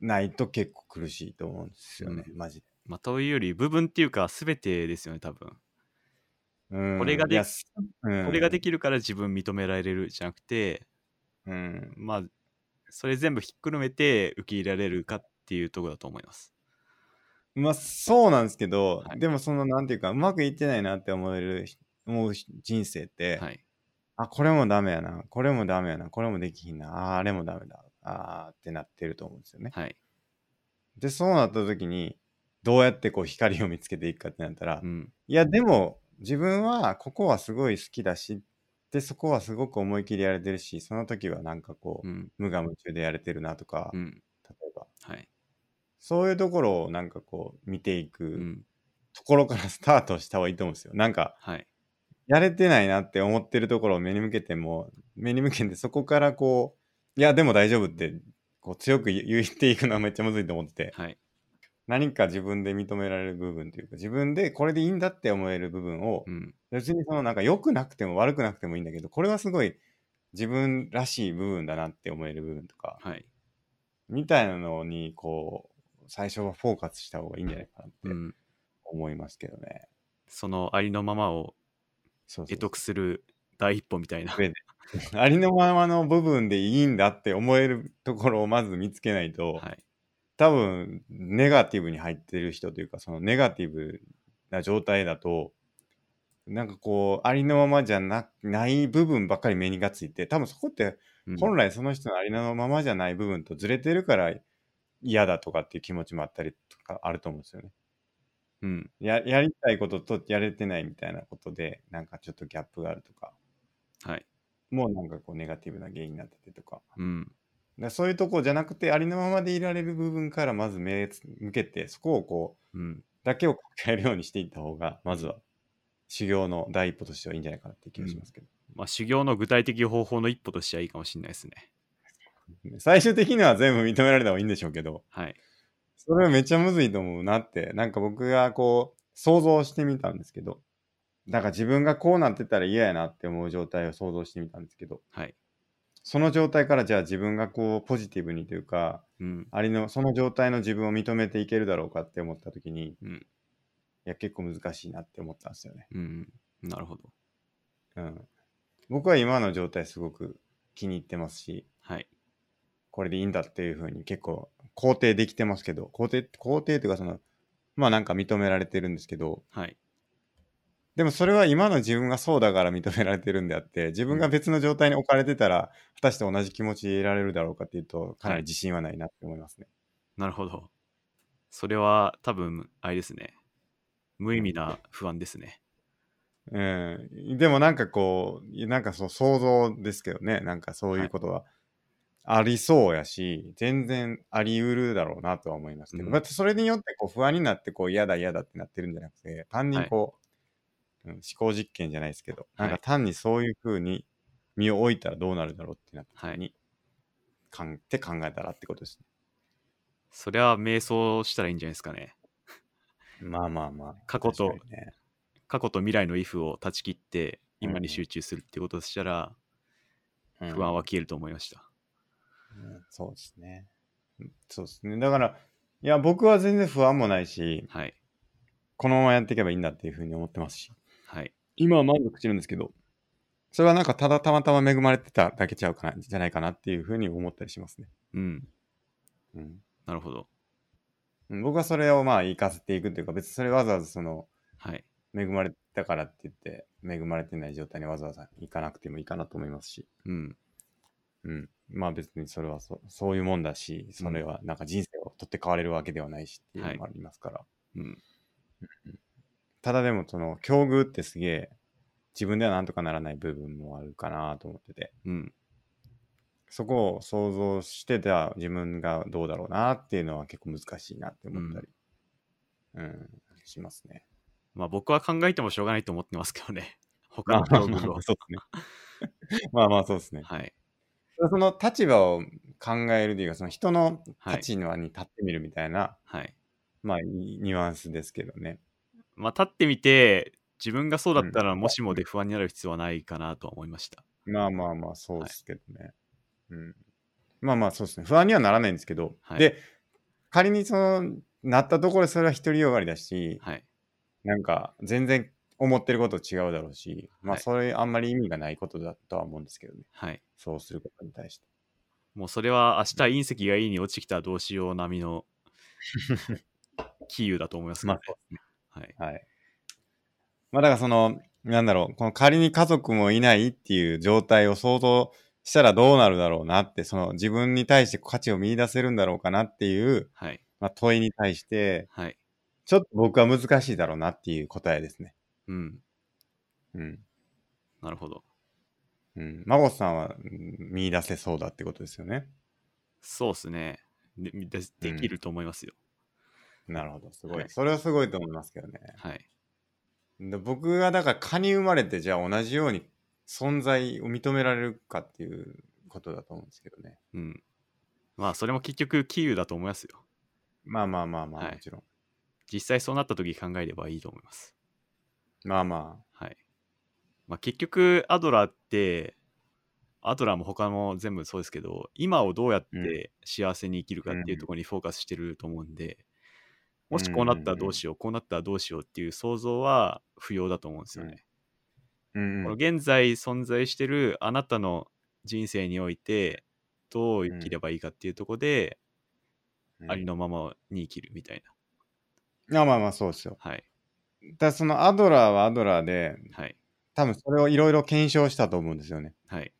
S1: ないと結構苦しいと思うんですよね、マジで。
S2: まあ、というより部分っていうか全てですよね多分、
S1: うん
S2: これがで
S1: いやすうん
S2: これができるから自分認められるじゃなくて
S1: うん、
S2: まあそれ全部ひっくるめて受け入れられるかっていうところだと思います
S1: まあそうなんですけど、
S2: はい
S1: でもそのなんていうかうまくいってないなって思える思う人生って、
S2: はい
S1: あこれもダメやなこれもダメやなこれもできひんなあーあれもダメだあーってなってると思うんですよね。
S2: はい
S1: で、そうなった時に、どうやってこう光を見つけていくかってなったら、
S2: うん
S1: いや、でも自分はここはすごい好きだし、で、そこはすごく思い切りやれてるし、その時はなんかこう、
S2: うん
S1: 無我夢中でやれてるなとか、
S2: うん
S1: 例えば、
S2: はい
S1: そういうところをなんかこう見ていうく
S2: ん
S1: ところからスタートした方がいいと思うんですよ。なんか、
S2: はい
S1: やれてないなって思ってるところを目に向けても、目に向けてそこからこう、いや、でも大丈夫って、こう強く言う言っていくのはめっちゃむずいと思ってて、
S2: はい
S1: 何か自分で認められる部分というか自分でこれでいいんだって思える部分を、
S2: うん
S1: 別にそのなんか良くなくても悪くなくてもいいんだけどこれはすごい自分らしい部分だなって思える部分とか
S2: はい
S1: みたいなのにこう最初はフォーカスした方がいいんじゃないか
S2: う
S1: なって
S2: ん
S1: 思いますけどね。
S2: そのありのままを
S1: そうそう
S2: 得得する第一歩みたいな
S1: それありのままの部分でいいんだって思えるところをまず見つけないと、
S2: はい
S1: 多分ネガティブに入ってる人というかそのネガティブな状態だとなんかこうありのままじゃなない部分ばっかり目にがついて多分そこって
S2: うん
S1: 本来その人のありのままじゃない部分とずれてるから嫌だとかっていう気持ちもあったりとかあると思うんですよね。
S2: うん
S1: ややりたいこととやれてないみたいなことでなんかちょっとギャップがあるとか
S2: はい
S1: もうなんかこうネガティブな原因になっててとか
S2: うん
S1: だからそういうとこじゃなくてありのままでいられる部分からまず目つ向けてそこをこう
S2: うん
S1: だけを抱えるようにしていった方が、まずは修行の第一歩としてはいいんじゃないかなって気がしますけど、
S2: まあ修行の具体的方法の一歩としてはいいかもしれないですね
S1: 最終的には全部認められた方がいいんでしょうけど、
S2: はい
S1: それはめっちゃむずいと思うなって、なんか僕がこう、想像してみたんですけど、だから自分がこうなってたら嫌やなって思う状態を想像してみたんですけど、
S2: はい
S1: その状態からじゃあ自分がこうポジティブにというか、
S2: うん
S1: ありの、その状態の自分を認めていけるだろうかって思った時に、
S2: うん
S1: いや結構難しいなって思ったんですよね。
S2: うんなるほど。
S1: うん。僕は今の状態すごく気に入ってますし、
S2: はい。
S1: これでいいんだっていうふうに結構肯定できてますけど、肯定、肯定というかその、まあなんか認められてるんですけど、
S2: はい。
S1: でもそれは今の自分がそうだから認められてるんであって、自分が別の状態に置かれてたら、果たして同じ気持ちでいられるだろうかっていうと、かなり自信はないなって思いますね。
S2: なるほど。それは多分、あれですね。無意味な不安ですね。
S1: うん。でもなんかこう、なんかそう想像ですけどね、なんかそういうことはありそうやし、全然あり得るだろうなとは思いますけど、
S2: うん
S1: まあそれによってこう不安になってこう嫌だ嫌だってなってるんじゃなくて、単にこう、うん、思考実験じゃないですけど、
S2: はい
S1: なんか単にそういうふうに身を置いたらどうなるだろうってなった時に、かんって考えたらってことです
S2: それは瞑想したらいいんじゃないですかね。
S1: ね。まあまあまあ。
S2: 過去と
S1: 確かにね
S2: 過去と未来の if を断ち切って、
S1: うん
S2: 今に集中するってことをしたら、
S1: うん
S2: 不安は消えると思いました。
S1: うんそうですね。うんそうですね。だから、いや、僕は全然不安もないし、
S2: はい。
S1: このままやっていけばいいんだっていうふうに思ってますし、
S2: はい。
S1: 今は満足してるんですけど、それはなんかただたまたま恵まれてただけちゃうかな、じゃないかなっていうふうに思ったりしますね。
S2: うん。
S1: うん
S2: なるほど。
S1: うん、僕はそれをまあ生かせていくというか、別にそれわざわざその、
S2: はい。
S1: 恵まれたからって言って、恵まれてない状態にわざわざ行かなくてもいいかなと思いますし、
S2: うん。
S1: うん。まあ別にそれはそそういうもんだし、それはなんか人生を取って代われるわけではないしっていうのもありますから、
S2: うん。
S1: ただでもその境遇ってすげえ自分ではなんとかならない部分もあるかなと思ってて
S2: うん。
S1: そこを想像してた自分がどうだろうなっていうのは結構難しいなって思ったり、うんしますね。
S2: まあ僕は考えてもしょうがないと思ってますけどね。 *laughs*
S1: ま
S2: 他
S1: あ
S2: の
S1: まあ
S2: 道
S1: まあ *laughs*
S2: 具
S1: そう
S2: を
S1: で。すね。 *laughs* まあまあそうですね。
S2: はい。
S1: その立場を考えるというかその人の
S2: はい
S1: 立場に立ってみるみたいな、
S2: はい。
S1: まあいいニュアンスですけどね。
S2: まあ立ってみて、自分がそうだったら、
S1: うん
S2: もしもで不安になる必要はないかなとは思いました。
S1: まあまあまあ、そうですけどね。うん。まあまあ、そうですね。不安にはならないんですけど、
S2: はい
S1: で、仮にその、なったところでそれは独りよがりだし、
S2: はい。
S1: なんか、全然思ってること違うだろうし、まあ、
S2: はい
S1: それあんまり意味がないことだとは思うんですけどね。
S2: はい。
S1: そうすることに対して。
S2: もうそれは明日隕石がいいに落ちてきたらどうしよう並
S1: *laughs*
S2: みの杞憂だと思いますけどねはい。
S1: はい。まあ、だからその、なんだろう、この仮に家族もいないっていう状態を想像したらどうなるだろうなって、その自分に対して価値を見出せるんだろうかなっていう、
S2: はい。
S1: まあ、問いに対して、
S2: はい。
S1: ちょっと僕は難しいだろうなっていう答えですね。
S2: うん。
S1: うん。
S2: なるほど。
S1: うん。孫さんはうん見出せそうだってことですよね。
S2: そうですねで。でできると思いますよ。
S1: なるほど。すごい。
S2: はい
S1: それはすごいと思いますけどね。
S2: はい。
S1: で僕がだから蚊に生まれてじゃあ同じように存在を認められるかっていうことだと思うんですけどね。
S2: うん。まあそれも結局杞憂だと思いますよ。
S1: まあまあまあま
S2: は
S1: あ
S2: い
S1: もちろん。
S2: 実際そうなった時考えればいいと思います。
S1: まあま
S2: はい。まあ、結局、アドラーって、アドラーも他も全部そうですけど、今をどうやって幸せに生きるかっていうところにフォーカスしてると思うんで、もしこうなったらどうしよう、こうなったらどうしようっていう想像は不要だと思うんですよね。
S1: あ。うんう
S2: この
S1: ん。
S2: 現在存在してるあなたの人生において、どう生きればいいかっていうところで、あり
S1: の。
S2: のままに生きるみたい
S1: まあまあまあそうですよ。
S2: な。はい。
S1: ただそのアドラーはアドラーで、
S2: はい。
S1: 多分それをいろいろ検証したと思うんですよね。
S2: はい。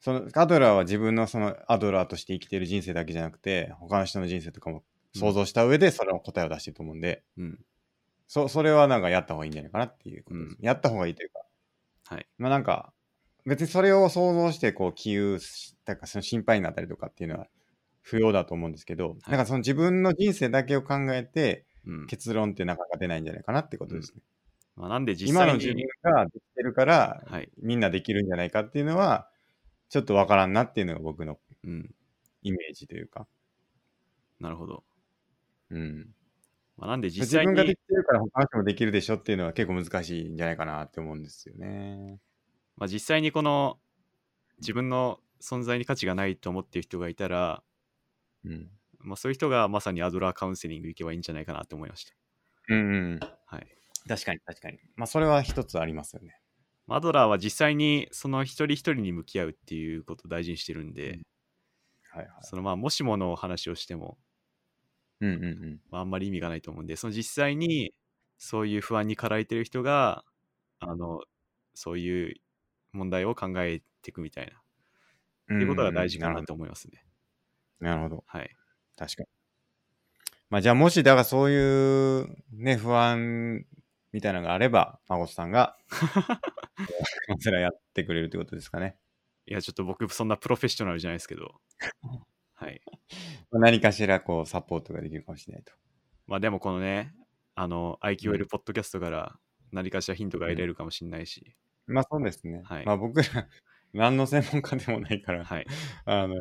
S1: そのアドラーは自分のそのアドラーとして生きてる人生だけじゃなくて他の人の人生とかも想像した上でそれの答えを出してると思うんで、
S2: うん。
S1: そそれはなんかやった方がいいんじゃないかなっていうことです、
S2: う
S1: やった方がいいというか
S2: はい。
S1: まあなんか別にそれを想像してこう気憂したかその心配になったりとかっていうのは不要だと思うんですけど、なんかその自分の人生だけを考えて
S2: うん。
S1: 結論ってなかなか出ないんじゃないかなってことですね、
S2: まあ、なんで実
S1: 今の
S2: 際
S1: 自分
S2: に、
S1: ができてるから
S2: はい。
S1: みんなできるんじゃないかっていうのはちょっとわからんなっていうのが僕の
S2: うん。
S1: イメージというか
S2: なるほど。
S1: うん、
S2: まあ、なんで実
S1: 自
S2: 際
S1: 分がで
S2: に
S1: き、てるから他の人もできるでしょっていうのは結構難しいんじゃないかなって思うんですよね。
S2: まあ、実際にこの自分の存在に価値がないと思っている人がいたら、
S1: うん。
S2: まあ、そういう人がまさにアドラーカウンセリング行けばいいんじゃないかなと思いまし
S1: うんうん。
S2: た。はい。確かに確かに。
S1: まあ、それは一つありますよね。
S2: アドラーは実際にその一人一人に向き合うっていうことを大事にしてるんで、
S1: うんはいはい。
S2: そのまあもしもの話をしても、
S1: うんうんうん。
S2: まあ、あんまり意味がないと思うんで、その実際にそういう不安にかられてる人が、あの、そういう問題を考えていくみたいな、
S1: と
S2: っていうことが大事かなと思いますね。
S1: なるほど。
S2: はい。
S1: 確かに。まあ、じゃあもし、だからそういうね、不安みたいなのがあれば、孫さん
S2: *laughs*
S1: が、 *laughs* カウンセラーやってくれるということですかね。
S2: いや、ちょっと僕、そんなプロフェッショナルじゃないですけど、 *laughs* はい。
S1: まあ何かしらこう、サポートができるかもしれないと。
S2: まあでもこのね、あの、
S1: う
S2: IQL
S1: ん
S2: ポッドキャストから何かしらヒントが得られるかもしれないし、
S1: まあそうですね。
S2: はい
S1: まあ僕ら、 *laughs* 何の専門家でもないから、
S2: *laughs* はい。
S1: あの、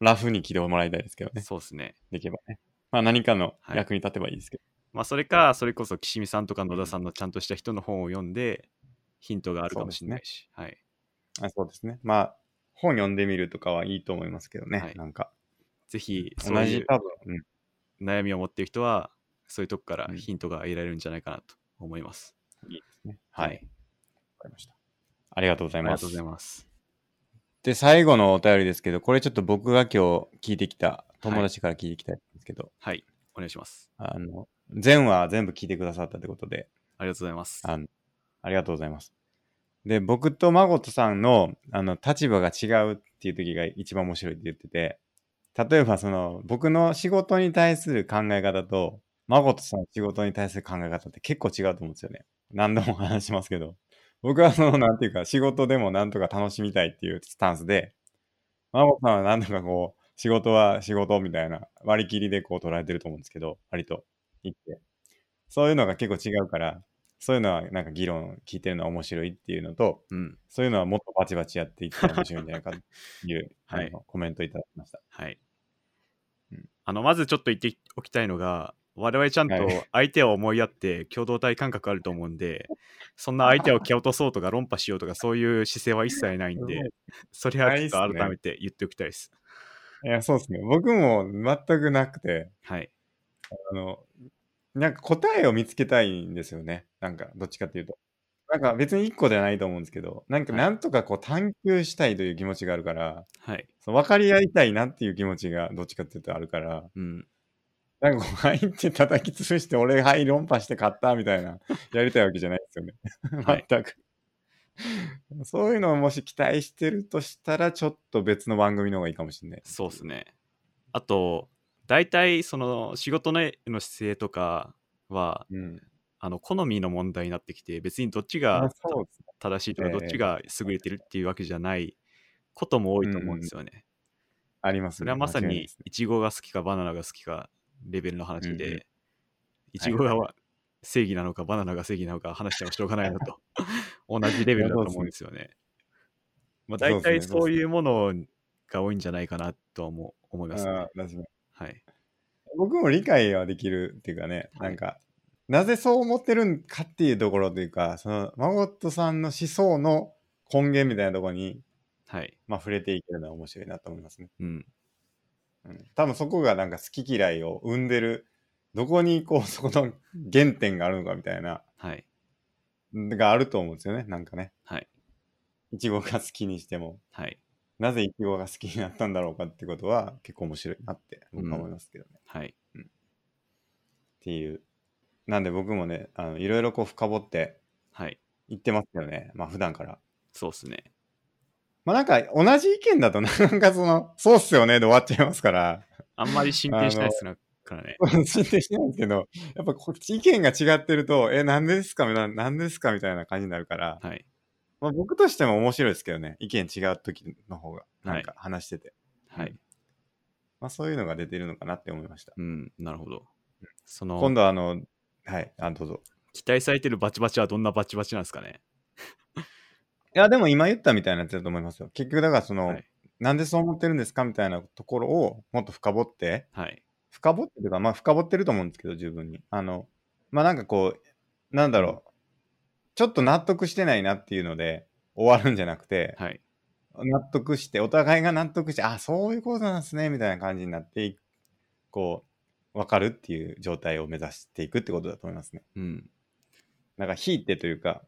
S1: ラフに聞いてもらいたいですけどね。
S2: そうですね。
S1: できればね。まあ何かの
S2: はい
S1: 役に立てばいいですけど。
S2: まあそれか、それこそ岸見さんとか野田さんのちゃんとした人の本を読んで、ヒントがあるかもしれないし、はい。
S1: あそうですね。まあ、本読んでみるとかはいいと思いますけどね。
S2: はい
S1: なんか、
S2: ぜひ、そ
S1: 同
S2: うい
S1: じ
S2: う
S1: 多分、うん
S2: 悩みを持っている人は、そういうとこから
S1: うん
S2: ヒントが得られるんじゃないかなと思います。
S1: いいですね。はい。わ、かりました。ありがとうござ
S2: あ
S1: い
S2: りが
S1: ます
S2: とうご。ざいます。
S1: で、最後のお便りですけど、これちょっと僕が今日聞いてきた、友達から聞いてきたんですけど、
S2: はい。お願いします。
S1: あの、全話全部聞いてくださったってことで、
S2: ありがとうございます。
S1: あの、ありがとうございます。で、僕と孫とさんの、あの、立場が違うっていう時が一番面白いって言ってて、例えばその、僕の仕事に対する考え方と、孫とさんの仕事に対する考え方って結構違うと思うんですよね。何度も話しますけど。僕はその、なんていうか、仕事でもなんとか楽しみたいっていうスタンスで、孫さんはなんとかこう、仕事は仕事みたいな割り切りでこう捉えてると思うんですけど、割と言って。そういうのが結構違うから、そういうのはなんか議論聞いてるのは面白いっていうのと、
S2: うん。
S1: そういうのはもっとバチバチやっていったら面白いんじゃないかっていう、
S2: *laughs* はい
S1: あのコメントいただきました。
S2: はい
S1: うん。
S2: あの、まずちょっと言っておきたいのが、我々ちゃんと
S1: はい
S2: 相手を思いやって共同体感覚あると思うん
S1: *laughs*
S2: で、そんな相手を蹴落とそうとか論破しようとかそういう姿勢は一切ないんで、それはちょっと改めて言っておきたいです。
S1: いや、そうですね。僕も全くなくて、
S2: はい。
S1: あの、なんか答えを見つけたいんですよね。なんか、どっちかっていうと。なんか別に一個ではないと思うんですけど、なんか
S2: はい
S1: なんとかこう探求したいという気持ちがあるから、
S2: はい。
S1: その分かり合いたいなっていう気持ちがどっちかっていうとあるから、
S2: うん。
S1: なんかこう入って叩き潰して俺はい論破して買ったみたいな *laughs* やりたいわけじゃないですよね。
S2: はい
S1: 全く。そういうのをもし期待してるとしたらちょっと別の番組の方がいいかもしれない。
S2: そうですね。あと、大体その仕事のの姿勢とかは、
S1: うん。
S2: あの好みの問題になってきて、別にどっち
S1: あ
S2: が
S1: そうですね。
S2: 正しいとか、
S1: ええ
S2: どっちが優れてるっていうわけじゃないことも多いと思うんですよね。
S1: ありますね。
S2: それはま
S1: 間
S2: さ
S1: 違いない
S2: に
S1: ですね
S2: イチゴが好きかバナナが好きかレベルの話
S1: うんうん
S2: で、イチゴが正義なのかバナナが正義なのか話してもしょうがないなと *laughs* 同じレベルだと思うんですよね。まあ
S1: そうで
S2: 大
S1: すね
S2: 体そういうものが多いんじゃないかなとは思う思いますね。
S1: あー確かに
S2: はい。
S1: 僕も理解はできるっていうかね、
S2: は
S1: な
S2: い
S1: んか、なぜそう思ってるんかっていうところというか、その、マゴットさんの思想の根源みたいなところに、
S2: はい。
S1: まあ、触れていけるのは面白いなと思いますね。
S2: うん。
S1: うん多分そこがなんか好き嫌いを生んでるどこにこうそこの原点があるのかみたいな
S2: はい。
S1: があると思うんですよねなんかね
S2: はい。
S1: いちごが好きにしても
S2: はい。
S1: なぜいちごが好きになったんだろうかってことは結構面白いなって僕は思いますけどね、っ
S2: はい。
S1: ていうなんで僕もねあのいろいろこう深掘って
S2: はい。
S1: 言ってますよねまあ普段から
S2: そうですね。
S1: まあなんか同じ意見だとなんかそのそうっすよねで終わっちゃいますから
S2: あんまり進展しないですか
S1: *laughs*
S2: らね。
S1: 進展しないんですけど、やっぱこっち意見が違ってると、え、なんでですかななんでですかみたいな感じになるから、
S2: はい。
S1: まあ、僕としても面白いですけどね、意見違う時の方が、なんか話してて、
S2: はい。
S1: まあそういうのが出てるのかなって思いました。
S2: うん。なるほど。そ
S1: 今
S2: の、
S1: 度はあの、はい、あ、どうぞ。
S2: 期待されてるバチバチはどんなバチバチなんですかね。
S1: いや、でも今言ったみたいなやつだと思いますよ。結局だからその、
S2: はい。
S1: なんでそう思ってるんですかみたいなところをもっと深掘って、
S2: はい。
S1: 深掘ってというか、まあ深掘ってると思うんですけど、十分に。あの、まあなんかこう、なんだろう、ちょっと納得してないなっていうので終わるんじゃなくて、
S2: はい。
S1: 納得して、お互いが納得して、あ、そういうことなんですね、みたいな感じになっていく、こう、わかるっていう状態を目指していくってことだと思いますね。
S2: うん。
S1: なんか引いてというか、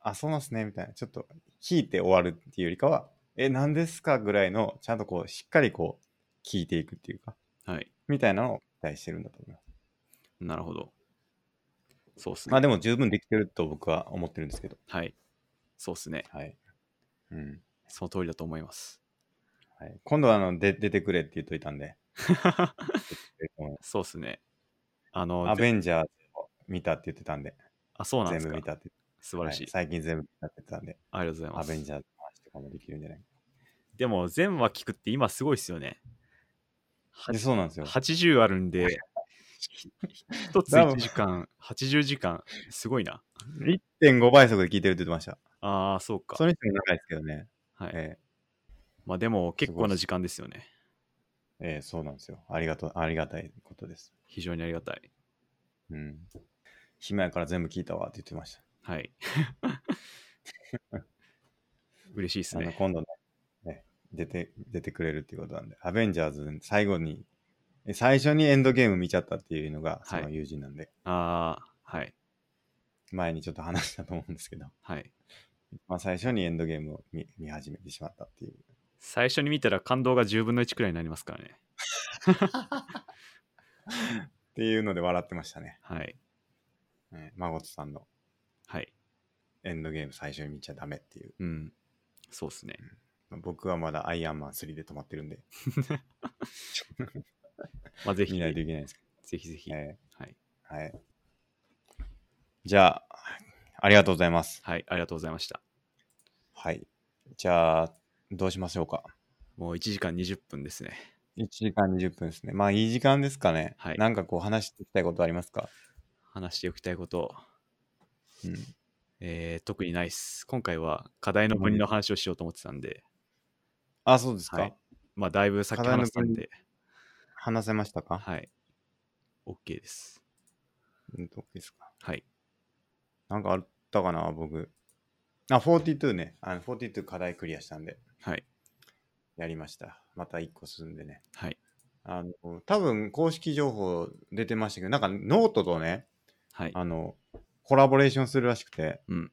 S1: あ、そうなんすね、みたいな、ちょっと引いて終わるっていうよりかは、え、何ですかぐらいの、ちゃんとこう、しっかりこう、聞いていくっていうか、
S2: はい。
S1: みたいなのを期待してるんだと思います。
S2: なるほど。そうっすね。
S1: まあでも十分できてると僕は思ってるんですけど。
S2: はい。そうっすね。
S1: はい。うん。
S2: その通りだと思います。 *laughs*
S1: はい、今度はあので出てくれって言っといたんで、
S2: そうっすね。あの、
S1: アベンジャーズを見たって言ってたんで、
S2: あ、そうなんで
S1: 全
S2: す
S1: 部
S2: か
S1: 見。たって言って
S2: 素晴らしい,、
S1: は最近全部見たって言ってたんで、
S2: ありがとうございま
S1: ア
S2: す。
S1: ベンジャーズの話とかもできるんじゃない
S2: でも、全話聞くって今すごいっすよね。
S1: でそうなんですよ。
S2: 80あるんで、1つ1時間、80時間、すごいな。
S1: 1.5倍速で聞いてるって言ってました。
S2: ああ、そうか。
S1: それにしても長いですけどね。
S2: はい
S1: え
S2: まあでも、結構
S1: すご
S2: ない時間ですよね。
S1: えええそうなんですよ。ありがとありがたいことです。
S2: 非常にありがたい。
S1: うん。暇やから全部聞いたわって言ってました。
S2: はい。 *laughs* 嬉しいです
S1: あの
S2: ね。
S1: 今度ねね出て、出てくれるっていうことなんで、アベンジャーズ最後に、え最初にエンドゲーム見ちゃったっていうのが、そ
S2: は
S1: の
S2: い
S1: 友人なんで、
S2: ああ、はい。
S1: 前にちょっと話したと思うんですけど、 *laughs*
S2: はい。
S1: まあ、最初にエンドゲームを見見始めてしまったっていう。
S2: 最初に見たら感動が10分の1くらいになりますからね。
S1: っていうので笑ってましたね。
S2: はい。
S1: えまごとさんの
S2: はい。
S1: エンドゲーム最初に見ちゃダメっていう。
S2: うん。そうっすね。
S1: 僕はまだアイアンマン3で止まってるんで、
S2: まあぜひ、
S1: 見ないと
S2: ぜ
S1: いけないですけ
S2: ひぜひ。
S1: ど、
S2: は
S1: え
S2: い。
S1: えはい。じゃあ、ありがとうございます。
S2: はい。ありがとうございました。
S1: はい。じゃあ、どうしましょうか。
S2: もう1時間20分ですね。
S1: 1時間20分ですね。まあいい時間ですかね。
S2: はい
S1: なんかこう話していきたいことありますか
S2: 話しておきたいこと、
S1: うん。
S2: えー、特にないっす。今回は課題の国の話をしようと思ってたんで、
S1: あ、そうですか。
S2: はい。まあだいぶさっき
S1: 課題の
S2: 話したんで、
S1: 話せましたか
S2: はい。OK です。
S1: うんと、どうですか。
S2: はい。
S1: なんかあったかな僕。あ、42ね。あの42課題クリアしたんで、
S2: はい。
S1: やりました。また1個進んでね。
S2: はい。
S1: あの、多分公式情報出てましたけど、なんかノートとね、
S2: はい。
S1: あの、コラボレーションするらしくて、
S2: うん。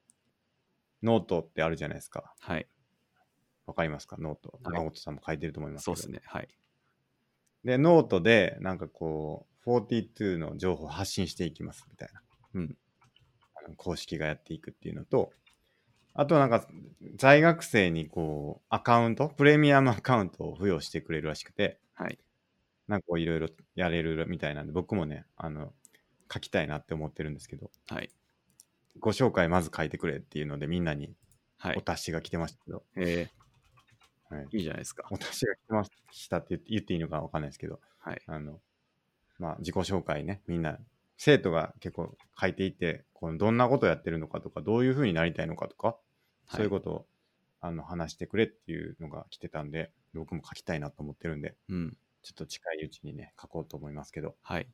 S1: ノートってあるじゃないですか。
S2: はい。
S1: わかりますかノート。
S2: はい
S1: 孫とさんも書いてると思いますけ
S2: そう
S1: ど。
S2: っすね。はい。
S1: で、ノートで、なんかこう、42の情報を発信していきますみたいな。
S2: うん。
S1: あの公式がやっていくっていうのと、あとなんか、在学生にこう、アカウント、プレミアムアカウントを付与してくれるらしくて、
S2: はい。
S1: なんかこう、いろいろやれるみたいなんで、僕もね、あの、書きたいなって思ってるんですけど、
S2: はい。
S1: ご紹介まず書いてくれっていうので、みんなに
S2: はい
S1: お。達しが来てましたけど、
S2: え
S1: はい
S2: ー、いいじゃないですか。
S1: お達しが来てましたって言って言っていいのかわかんないですけど、
S2: はい。
S1: あの、まあ、自己紹介ね、みんな、生徒が結構書いていって、このどんなことやってるのかとか、どういうふうになりたいのかとか、そういう
S2: と。
S1: ことを、あの話してくれっていうのが来てたんで、僕も書きたいなと思ってるんで、
S2: うん。
S1: ちょっと近いうちにね、書こうと思いますけど、
S2: はい。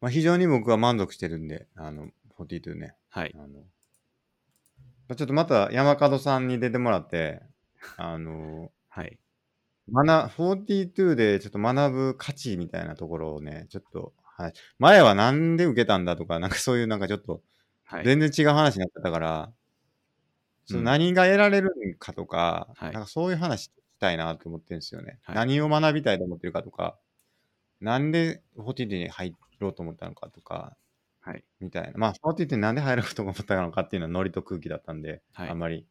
S1: まあ、非常に僕は満足してるんで、あの、42ね、
S2: はい
S1: あ。の、まあちょっとまた山門さんに出てもらって、あの、
S2: はい。
S1: 学、42でちょっと学ぶ価値みたいなところをね、ちょっと話、前はなんで受けたんだとか、なんかそういうなんかちょっと、
S2: はい。
S1: 全然違う話になってたから、ちょっと何が得られるのかとか、
S2: はい
S1: なんかそういう話聞きたいなと思ってるんですよね。
S2: はい
S1: 何を学びたいと思ってるかとか、なんで42に入ろうと思ったのかとか、
S2: はい。
S1: みたいな。まあ、42になんで入ろうと思ったのかっていうのはノリと空気だったんで、
S2: はい
S1: あんまり、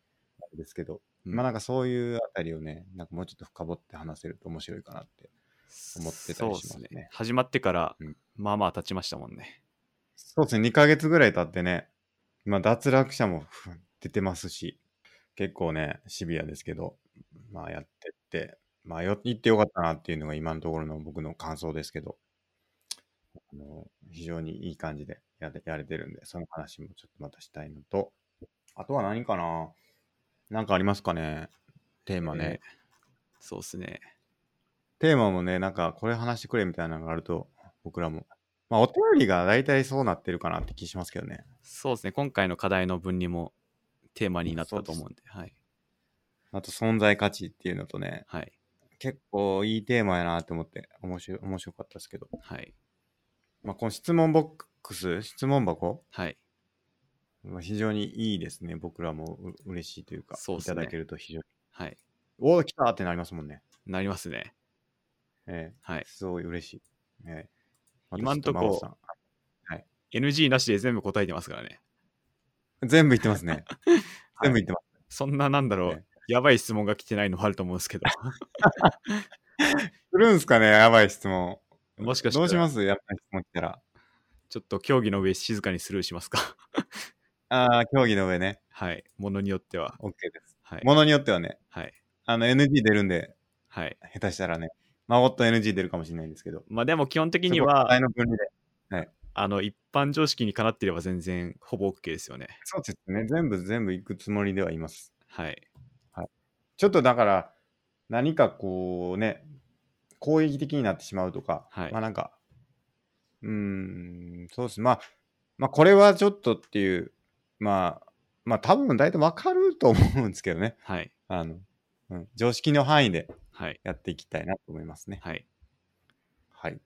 S1: ですけど、
S2: うん
S1: まあなんかそういうあたりをね、なんかもうちょっと深掘って話せると面白いかなって。思ってたりしますね
S2: そうっ始まってから、
S1: うん
S2: まあまあ経ちましたもんね。
S1: そうですね、2ヶ月ぐらい経ってね、まあ脱落者もふ出てますし、結構ね、シビアですけど、まあやってって、まあよ、行ってよかったなっていうのが今のところの僕の感想ですけど、あの非常にいい感じでやれやれてるんで、その話もちょっとまたしたいのと、あとは何かななんかありますかねテーマね。
S2: えーそうっすね。
S1: テーマもね、なんかこれ話してくれみたいなのがあると、僕らも。まあお便りが大体そうなってるかなって気しますけどね。
S2: そうですね。今回の課題の分離もテーマになったと思うんで、はい。
S1: あと存在価値っていうのとね、
S2: はい。
S1: 結構いいテーマやなと思って、面白い面白かったですけど。
S2: はい。
S1: まあ、この質問ボックス、質問箱
S2: はい。
S1: まあ、非常にいいですね。僕らもう嬉しいというか、
S2: そうっ
S1: い
S2: すね
S1: ただけると非常に。
S2: はい。
S1: おー、来たってなりますもんね。
S2: なりますね。
S1: え
S2: は
S1: え
S2: い。
S1: すごい嬉しい。ええまた
S2: 今んとこ
S1: ちょっ真帆
S2: NG なしで全部答えてますからね。
S1: さん全部言ってます
S2: *laughs*
S1: ね。全部言ってま
S2: そんな、なんだろう
S1: ね、
S2: やばい質問が来てないのもあると思うん *laughs* ですけど、
S1: す。するんすかねやばい質問。
S2: もしかした
S1: ど
S2: ら
S1: うしますやばい質問来たら。
S2: ちょっと競技の上静かにスルーしますか。 *laughs*
S1: ああ、競技の上ね。
S2: はい。ものによっては。
S1: OK です。
S2: はい。
S1: ものによってはね、
S2: はい。
S1: あの NG 出るんで、
S2: はい。
S1: 下手したらね、孫と NG 出るかもしれないんですけど。
S2: まあでも基本的に
S1: そこ課題
S2: は、
S1: の分離で。
S2: あの、一般常識にかなっていれば全然ほぼ OK ですよね。
S1: そうですね。全部全部行くつもりではいます。
S2: はい。
S1: ちょっとだから、何かこうね、攻撃的になってしまうとか、
S2: はい
S1: まあなんか、うーん、そうですね。まあ、まあこれはちょっとっていう、まあ、まあ多分大体わかると思うんですけどね。
S2: はい。
S1: あの、うん、常識の範囲で
S2: はい。
S1: やっていきたいなと思いますね。
S2: はい。
S1: はい。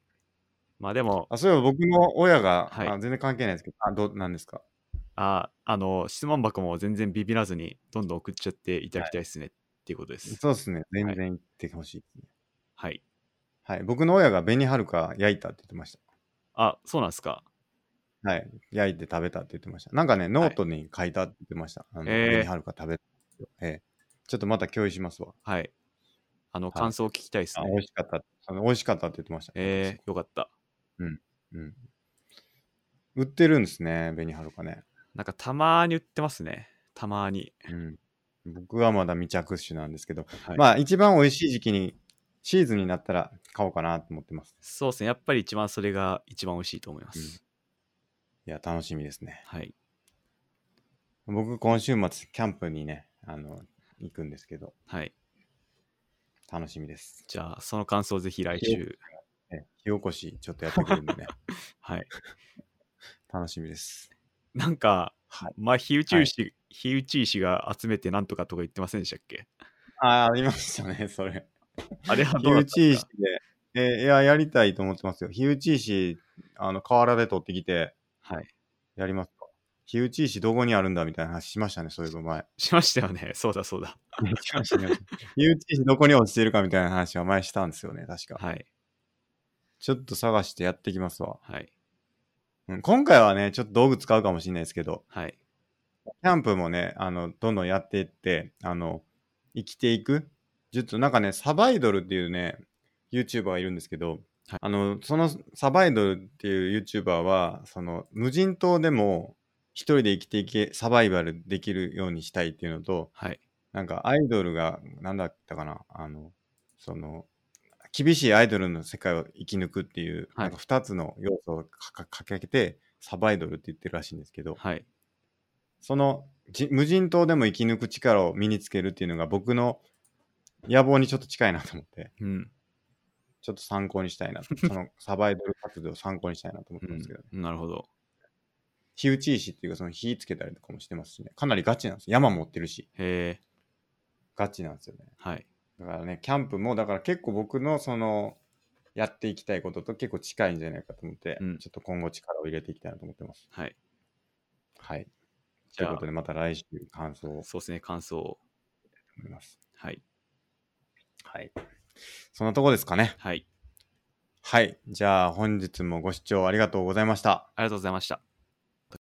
S2: まあでも、
S1: あ、そういえば僕の親が、
S2: はい
S1: あ全然関係ないですけど、あ、どう、なんですか
S2: ああの、質問箱も全然ビビらずに、どんどん送っちゃっていただきたいですね、っていうことです。
S1: そうですね。全然言ってほしいですね。
S2: はい。
S1: はい。僕の親が紅はるか焼いたって言ってました。
S2: あ、そうなんですか。
S1: はい。焼いて食べたって言ってました。なんかね、ノートに書いたって言ってました。あの、
S2: えー
S1: 紅はるか食べたんですよ。ええちょっとまた共有しますわ。
S2: はい。あの、
S1: はい
S2: 感想を聞きたいです
S1: あ
S2: ね。
S1: 美味しかったって。あの美味しかったって言ってました。
S2: えー、よかった。
S1: うん。売ってるんですね、紅はるかね。
S2: なんかたまーに売ってますね。たまーに。
S1: うん。僕はまだ未着手なんですけど、
S2: はい
S1: まあ一番美味しい時期に、シーズンになったら買おうかなと思ってます。
S2: そうですね。やっぱり一番それが一番美味しいと思います。
S1: いや、楽しみですね。
S2: はい。
S1: 僕、今週末、キャンプにね、あの、行くんですけど、
S2: はい。
S1: 楽しみです。
S2: じゃあ、その感想をぜひ来
S1: よ
S2: 週。
S1: ね火起こし、ちょっとやってくるん
S2: *laughs*
S1: でね、
S2: はい。
S1: 楽しみです。
S2: なんか、
S1: はい。
S2: まあ、火打ち石、火打ち石が集めてなんとかとか言ってませんでしたっけ
S1: ああ、ありましたね、それ。
S2: あれは
S1: 火
S2: どうだ
S1: 打
S2: った
S1: ち石で、えーいや、やりたいと思ってますよ。火打ち石、あの、河原で取ってきて、
S2: はい。
S1: やりますか。火打ち石どこにあるんだみたいな話しましたね、そういえば
S2: *laughs*
S1: 前。
S2: しましたよね。そうだそうだ。
S1: しましたね。火打ち石どこに落ちてるかみたいな話は前したんですよね、確か。
S2: はい。
S1: ちょっと探してやってきますわ。
S2: はい。
S1: うん、今回はね、ちょっと道具使うかもしれないですけど、
S2: はい。
S1: キャンプもね、あの、どんどんやっていって、あの、生きていく術、なんかね、サバイドルっていうね、YouTuber がいるんですけど、
S2: はい
S1: あの、そのサバイドルっていう YouTuber は、その、無人島でも一人で生きていけ、サバイバルできるようにしたいっていうのと、
S2: はい。
S1: なんかアイドルが、なんだったかな、あの、その、厳しいアイドルの世界を生き抜くっていう、
S2: は
S1: な
S2: い
S1: んか二つの要素をかかかけて、サバイドルって言ってるらしいんですけど、
S2: はい。
S1: そのじ無人島でも生き抜く力を身につけるっていうのが僕の野望にちょっと近いなと思って、
S2: うん。
S1: ちょっと参考にしたいな
S2: *laughs*
S1: と。そのサバイバル活動を参考にしたいなと思ってますけどね。
S2: うんなるほど。
S1: 火打ち石っていうか、その火つけたりとかもしてますしね。かなりガチなんです。山持ってるし、
S2: へえ。
S1: ガチなんですよね。
S2: はい。
S1: だからね、キャンプも、だから結構僕のその、やっていきたいことと結構近いんじゃないかと思って、
S2: うん
S1: ちょっと今後力を入れていきたいなと思ってます。
S2: はい。
S1: はい。
S2: じ
S1: とい
S2: ゃ
S1: う
S2: あ
S1: ことで、また来週感想を
S2: そうですね。感想を。
S1: 思います。
S2: はい。
S1: はい。そんなとこですかね。
S2: はい。
S1: はい。じゃあ本日もご視聴ありがとうございました。
S2: ありがとうございました。